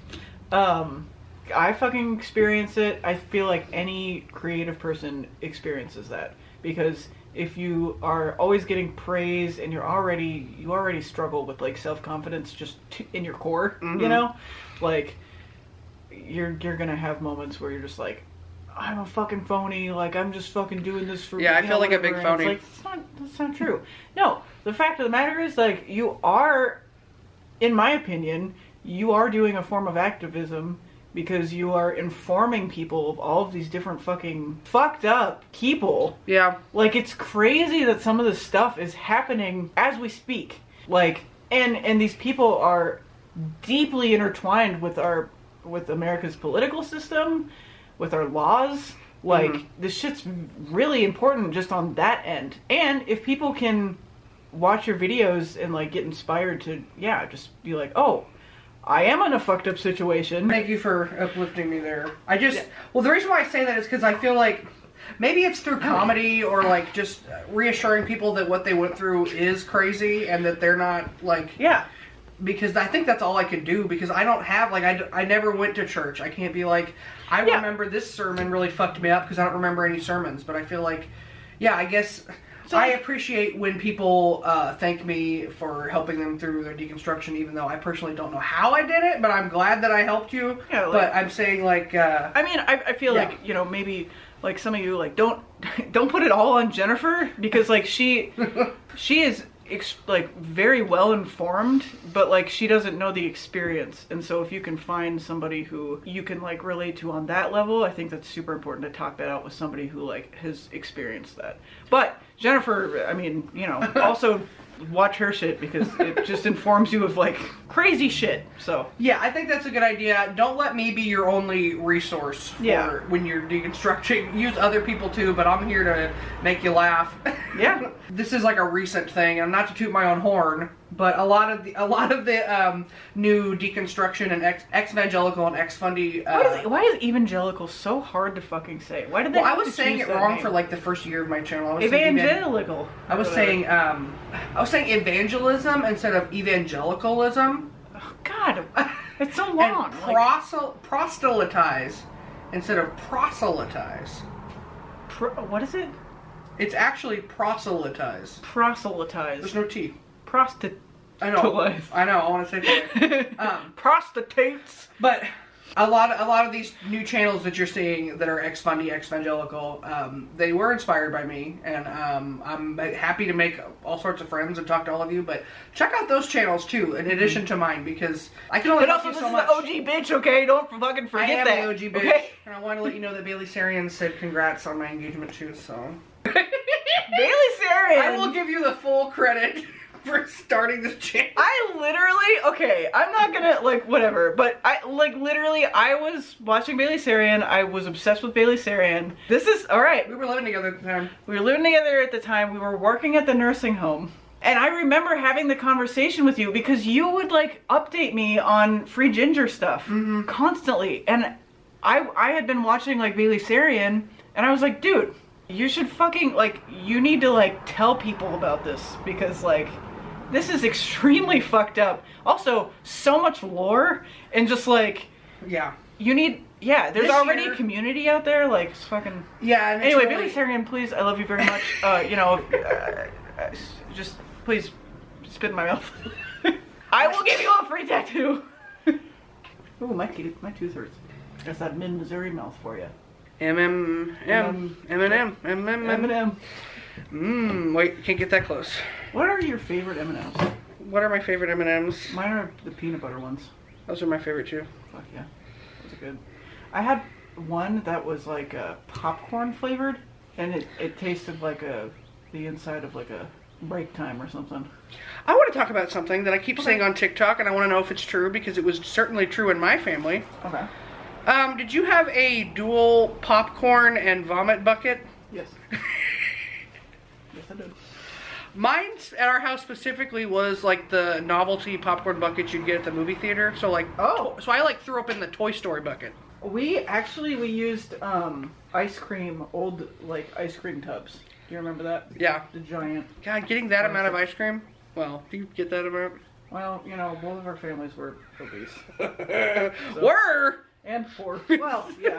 S2: Um, I fucking experience it. I feel like any creative person experiences that because if you are always getting praise and you're already you already struggle with like self confidence just t- in your core,
S1: Mm-hmm.
S2: you know, like you're you're gonna have moments where you're just like. I'm a fucking phony. Like I'm just fucking doing this for
S1: Yeah, I
S2: you
S1: feel
S2: know,
S1: like a big
S2: whatever," and
S1: phony.
S2: It's like, that's not that's not true. No, the fact of the matter is like you are in my opinion, you are doing a form of activism because you are informing people of all of these different fucking fucked up people.
S1: Yeah.
S2: Like it's crazy that some of this stuff is happening as we speak. Like and and these people are deeply intertwined with our with America's political system, with our laws. Like this shit's really important just on that end. And if people can watch your videos and like get inspired to yeah, just be like, "Oh, I am in a fucked up situation."
S1: Thank you for uplifting me there. I just, well, the reason why I say that is because I feel like maybe it's through comedy or like just reassuring people that what they went through is crazy and that they're not like,
S2: Yeah.
S1: because I think that's all I can do because I don't have, like, I, d- I never went to church. I can't be like, I
S2: Yeah.
S1: remember this sermon really fucked me up because I don't remember any sermons, but I feel like, yeah, I guess. I appreciate when people uh, thank me for helping them through their deconstruction, even though I personally don't know how I did it, but I'm glad that I helped you.
S2: Yeah, like-
S1: but I'm saying like, uh,
S2: I mean, I, I feel
S1: Yeah.
S2: like you know maybe like some of you like don't don't put it all on Jennifer because like she she is ex- like very well informed, but like she doesn't know the experience, and so if you can find somebody who you can like relate to on that level, I think that's super important to talk that out with somebody who like has experienced that. But Jennifer, I mean, you know, also watch her shit because it just informs you of like crazy shit. So
S1: yeah, I think that's a good idea. Don't let me be your only resource for
S2: Yeah.
S1: when you're deconstructing. Use other people too, but I'm here to make you laugh.
S2: yeah.
S1: this is like a recent thing, and not to toot my own horn, but a lot of the a lot of the um, new deconstruction and ex evangelical and ex fundy. Uh,
S2: Why is, why is evangelical so hard to fucking say? Why did they?
S1: well, I
S2: have
S1: was
S2: to
S1: saying
S2: choose
S1: it
S2: that
S1: wrong
S2: name?
S1: for like the first year of my channel. I was thinking evan-
S2: evangelical.
S1: I was
S2: Whatever.
S1: saying um, I was saying evangelism instead of evangelicalism.
S2: Oh, God, it's so
S1: and
S2: long. like,
S1: prosel- proselytize instead of proselytize.
S2: pro- what is it?
S1: It's actually proselytize.
S2: Proselytize.
S1: There's no T.
S2: Prosti-
S1: I know.
S2: to life.
S1: I know. I want to say that. um,
S2: Prostitutes.
S1: but a lot, a lot of these new channels that you're seeing that are ex fundy, ex evangelical, um, they were inspired by me, and um, I'm happy to make all sorts of friends and talk to all of you. But check out those channels too, in addition to mine, because I can only
S2: But
S1: help
S2: also,
S1: you
S2: this
S1: so
S2: is
S1: much.
S2: the OG bitch, okay? Don't fucking
S1: I
S2: forget
S1: am
S2: that.
S1: the OG bitch,
S2: okay?
S1: and I want to let you know that Bailey Sarian said congrats on my engagement too. So
S2: Bailey Sarian.
S1: I will give you the full credit for starting this channel.
S2: I literally okay. I'm not gonna like whatever, but I like literally. I was watching Bailey Sarian. I was obsessed with Bailey Sarian. This is all right.
S1: We were living together at the time.
S2: We were living together at the time. We were working at the nursing home. And I remember having the conversation with you because you would like update me on free ginger stuff
S1: Mm-hmm.
S2: constantly. And I I had been watching like Bailey Sarian and I was like, dude, you should fucking like you need to like tell people about this because like this is extremely fucked up. Also, so much lore and just like
S1: Yeah.
S2: you need yeah, there's
S1: This
S2: already
S1: year-
S2: a community out there like it's fucking
S1: Yeah. And it's
S2: Anyway,
S1: really-
S2: Bailey Sarian, please, I love you very much. Uh, you know, uh, uh, just please spit in my mouth. I will give you a free tattoo. Ooh, my te- my tooth hurts. That's that mid Missouri mouth for you.
S1: M M M and M M M M.
S2: M&M.
S1: Mmm. Wait, can't get that close.
S2: What are your favorite M&Ms?
S1: What are my favorite M and M's?
S2: Mine are the peanut butter ones.
S1: Those are my favorite too.
S2: Fuck yeah, those are good. I had one that was like uh, popcorn flavored, and it, it tasted like a the inside of like a break time or something.
S1: I want to talk about something that I keep saying on TikTok, and I want to know if it's true because it was certainly true in my family.
S2: Okay.
S1: Um, did you have a dual popcorn and vomit bucket?
S2: Yes. yes, I did.
S1: Mine at our house specifically was like the novelty popcorn bucket you'd get at the movie theater. So like,
S2: Oh.
S1: so I like threw up in the Toy Story bucket.
S2: We actually we used um ice cream, old like ice cream tubs. Do you remember that?
S1: Yeah.
S2: The giant.
S1: God, getting that amount of ice cream. Well, do you get that amount?
S2: Well, you know, both of our families were obese
S1: Were.
S2: and poor. Well, yeah.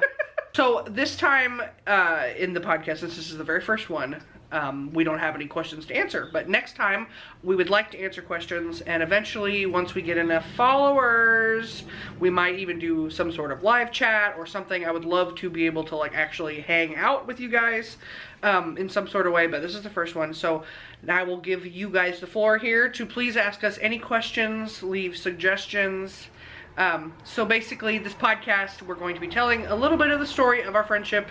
S1: So this time uh, in the podcast, since this is the very first one, um, we don't have any questions to answer. But next time, we would like to answer questions, and eventually, once we get enough followers, we might even do some sort of live chat or something. I would love to be able to like actually hang out with you guys um, in some sort of way. But this is the first one, so I will give you guys the floor here to please ask us any questions, leave suggestions. Um, so basically, this podcast, we're going to be telling a little bit of the story of our friendship,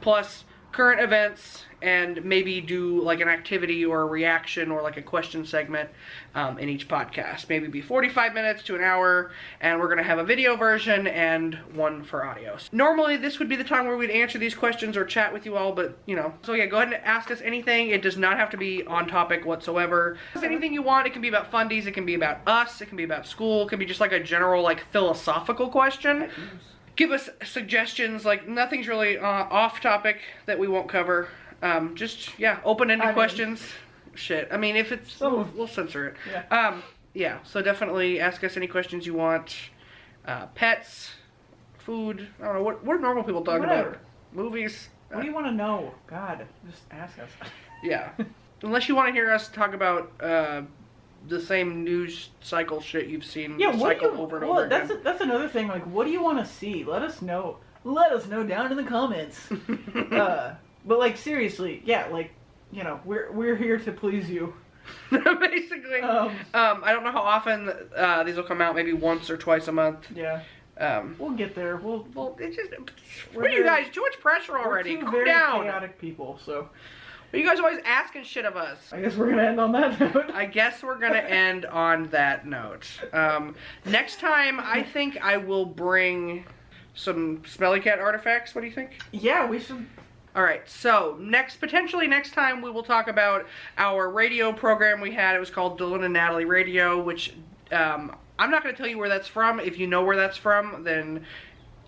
S1: plus current events, and maybe do like an activity or a reaction or like a question segment um, in each podcast. Maybe be 45 minutes to an hour, and we're going to have a video version and one for audio. Normally, this would be the time where we'd answer these questions or chat with you all, but you know. So yeah, go ahead and ask us anything. It does not have to be on topic whatsoever. Ask anything you want. It can be about fundies. It can be about us. It can be about school. It can be just like a general like philosophical question. Give us suggestions. Like nothing's really uh, off topic that we won't cover. Um, just yeah, open-ended
S2: mean-
S1: questions. Shit. I mean, if it's
S2: Some
S1: we'll,
S2: of-
S1: we'll censor it.
S2: Yeah.
S1: Um, yeah. So definitely ask us any questions you want. Uh, pets, food. I don't know what. What do normal people talk about?
S2: Whatever.
S1: Movies.
S2: What do you want to know? God, just ask us.
S1: Yeah. Unless you want to hear us talk about uh, the same news cycle shit you've seen
S2: Yeah, what do
S1: cycle
S2: you?
S1: over and
S2: well,
S1: over
S2: that's
S1: again.
S2: a, that's another thing. Like, what do you want to see? Let us know. Let us know down in the comments. uh, but like seriously, yeah, like you know, we're we're here to please you.
S1: Basically, um,
S2: Um.
S1: I don't know how often uh, these will come out. Maybe once or twice a month.
S2: Yeah,
S1: Um,
S2: we'll get there. We'll
S1: well, it's just
S2: We're
S1: what are you
S2: very-
S1: guys? Too much pressure already.
S2: We're two
S1: Calm
S2: very
S1: down.
S2: chaotic people, so
S1: You guys always asking shit of us.
S2: I guess we're gonna end on that note.
S1: I guess we're gonna end on that note. Um, next time, I think I will bring some smelly cat artifacts. What do you think?
S2: yeah, we should.
S1: All right. So next, potentially next time, we will talk about our radio program we had. It was called Dylan and Natalie Radio, which um, I'm not gonna tell you where that's from. If you know where that's from, then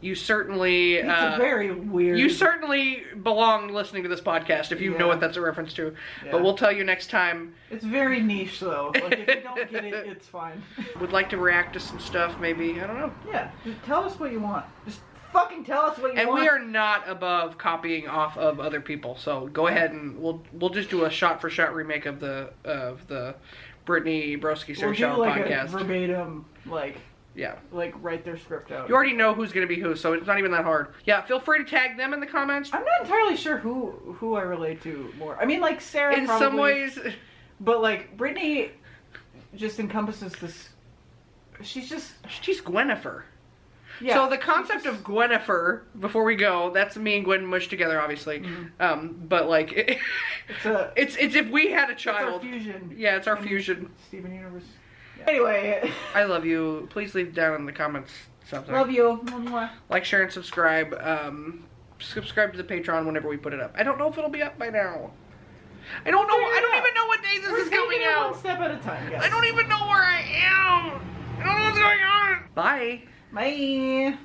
S1: you certainly
S2: It's
S1: uh,
S2: a very weird.
S1: you certainly belong listening to this podcast if you
S2: Yeah.
S1: know what that's a reference to.
S2: Yeah.
S1: But we'll tell you next time.
S2: It's very niche though. Like if you don't get it, it's fine.
S1: Would like to react to some stuff, maybe. I don't know.
S2: Yeah, just tell us what you want. Just fucking tell us what you
S1: And
S2: want.
S1: we are not above copying off of other people, so go ahead and we'll we'll just do a shot for shot remake of the of the Brittany Broski
S2: We'll do
S1: Sarah
S2: like a
S1: podcast.
S2: verbatim, like
S1: yeah.
S2: like write their script out.
S1: You already know who's going to be who, so it's not even that hard. Yeah, feel free to tag them in the comments.
S2: I'm not entirely sure who who I relate to more. I mean, like Sarah
S1: in
S2: probably,
S1: some ways,
S2: but like Brittany just encompasses this. She's just
S1: she's Gwenifer.
S2: yeah.
S1: So the concept of Gwenifer, before we go, that's me and Gwen mushed together, obviously.
S2: Mm-hmm.
S1: Um, but like,
S2: it's a
S1: it's it's if we had a
S2: it's our
S1: child.
S2: fusion.
S1: Yeah, it's our fusion.
S2: Steven Universe. Yeah. Anyway,
S1: I love you. Please leave down in the comments something.
S2: love you. Mwah.
S1: Like, share, and subscribe. Um, subscribe to the Patreon whenever we put it up. I don't know if it'll be up by now. I don't know. I don't even know what day this
S2: We're
S1: is coming
S2: taking it
S1: out.
S2: one step at a time, guys.
S1: I don't even know where I am. I don't know what's going on. Bye.
S2: Bye.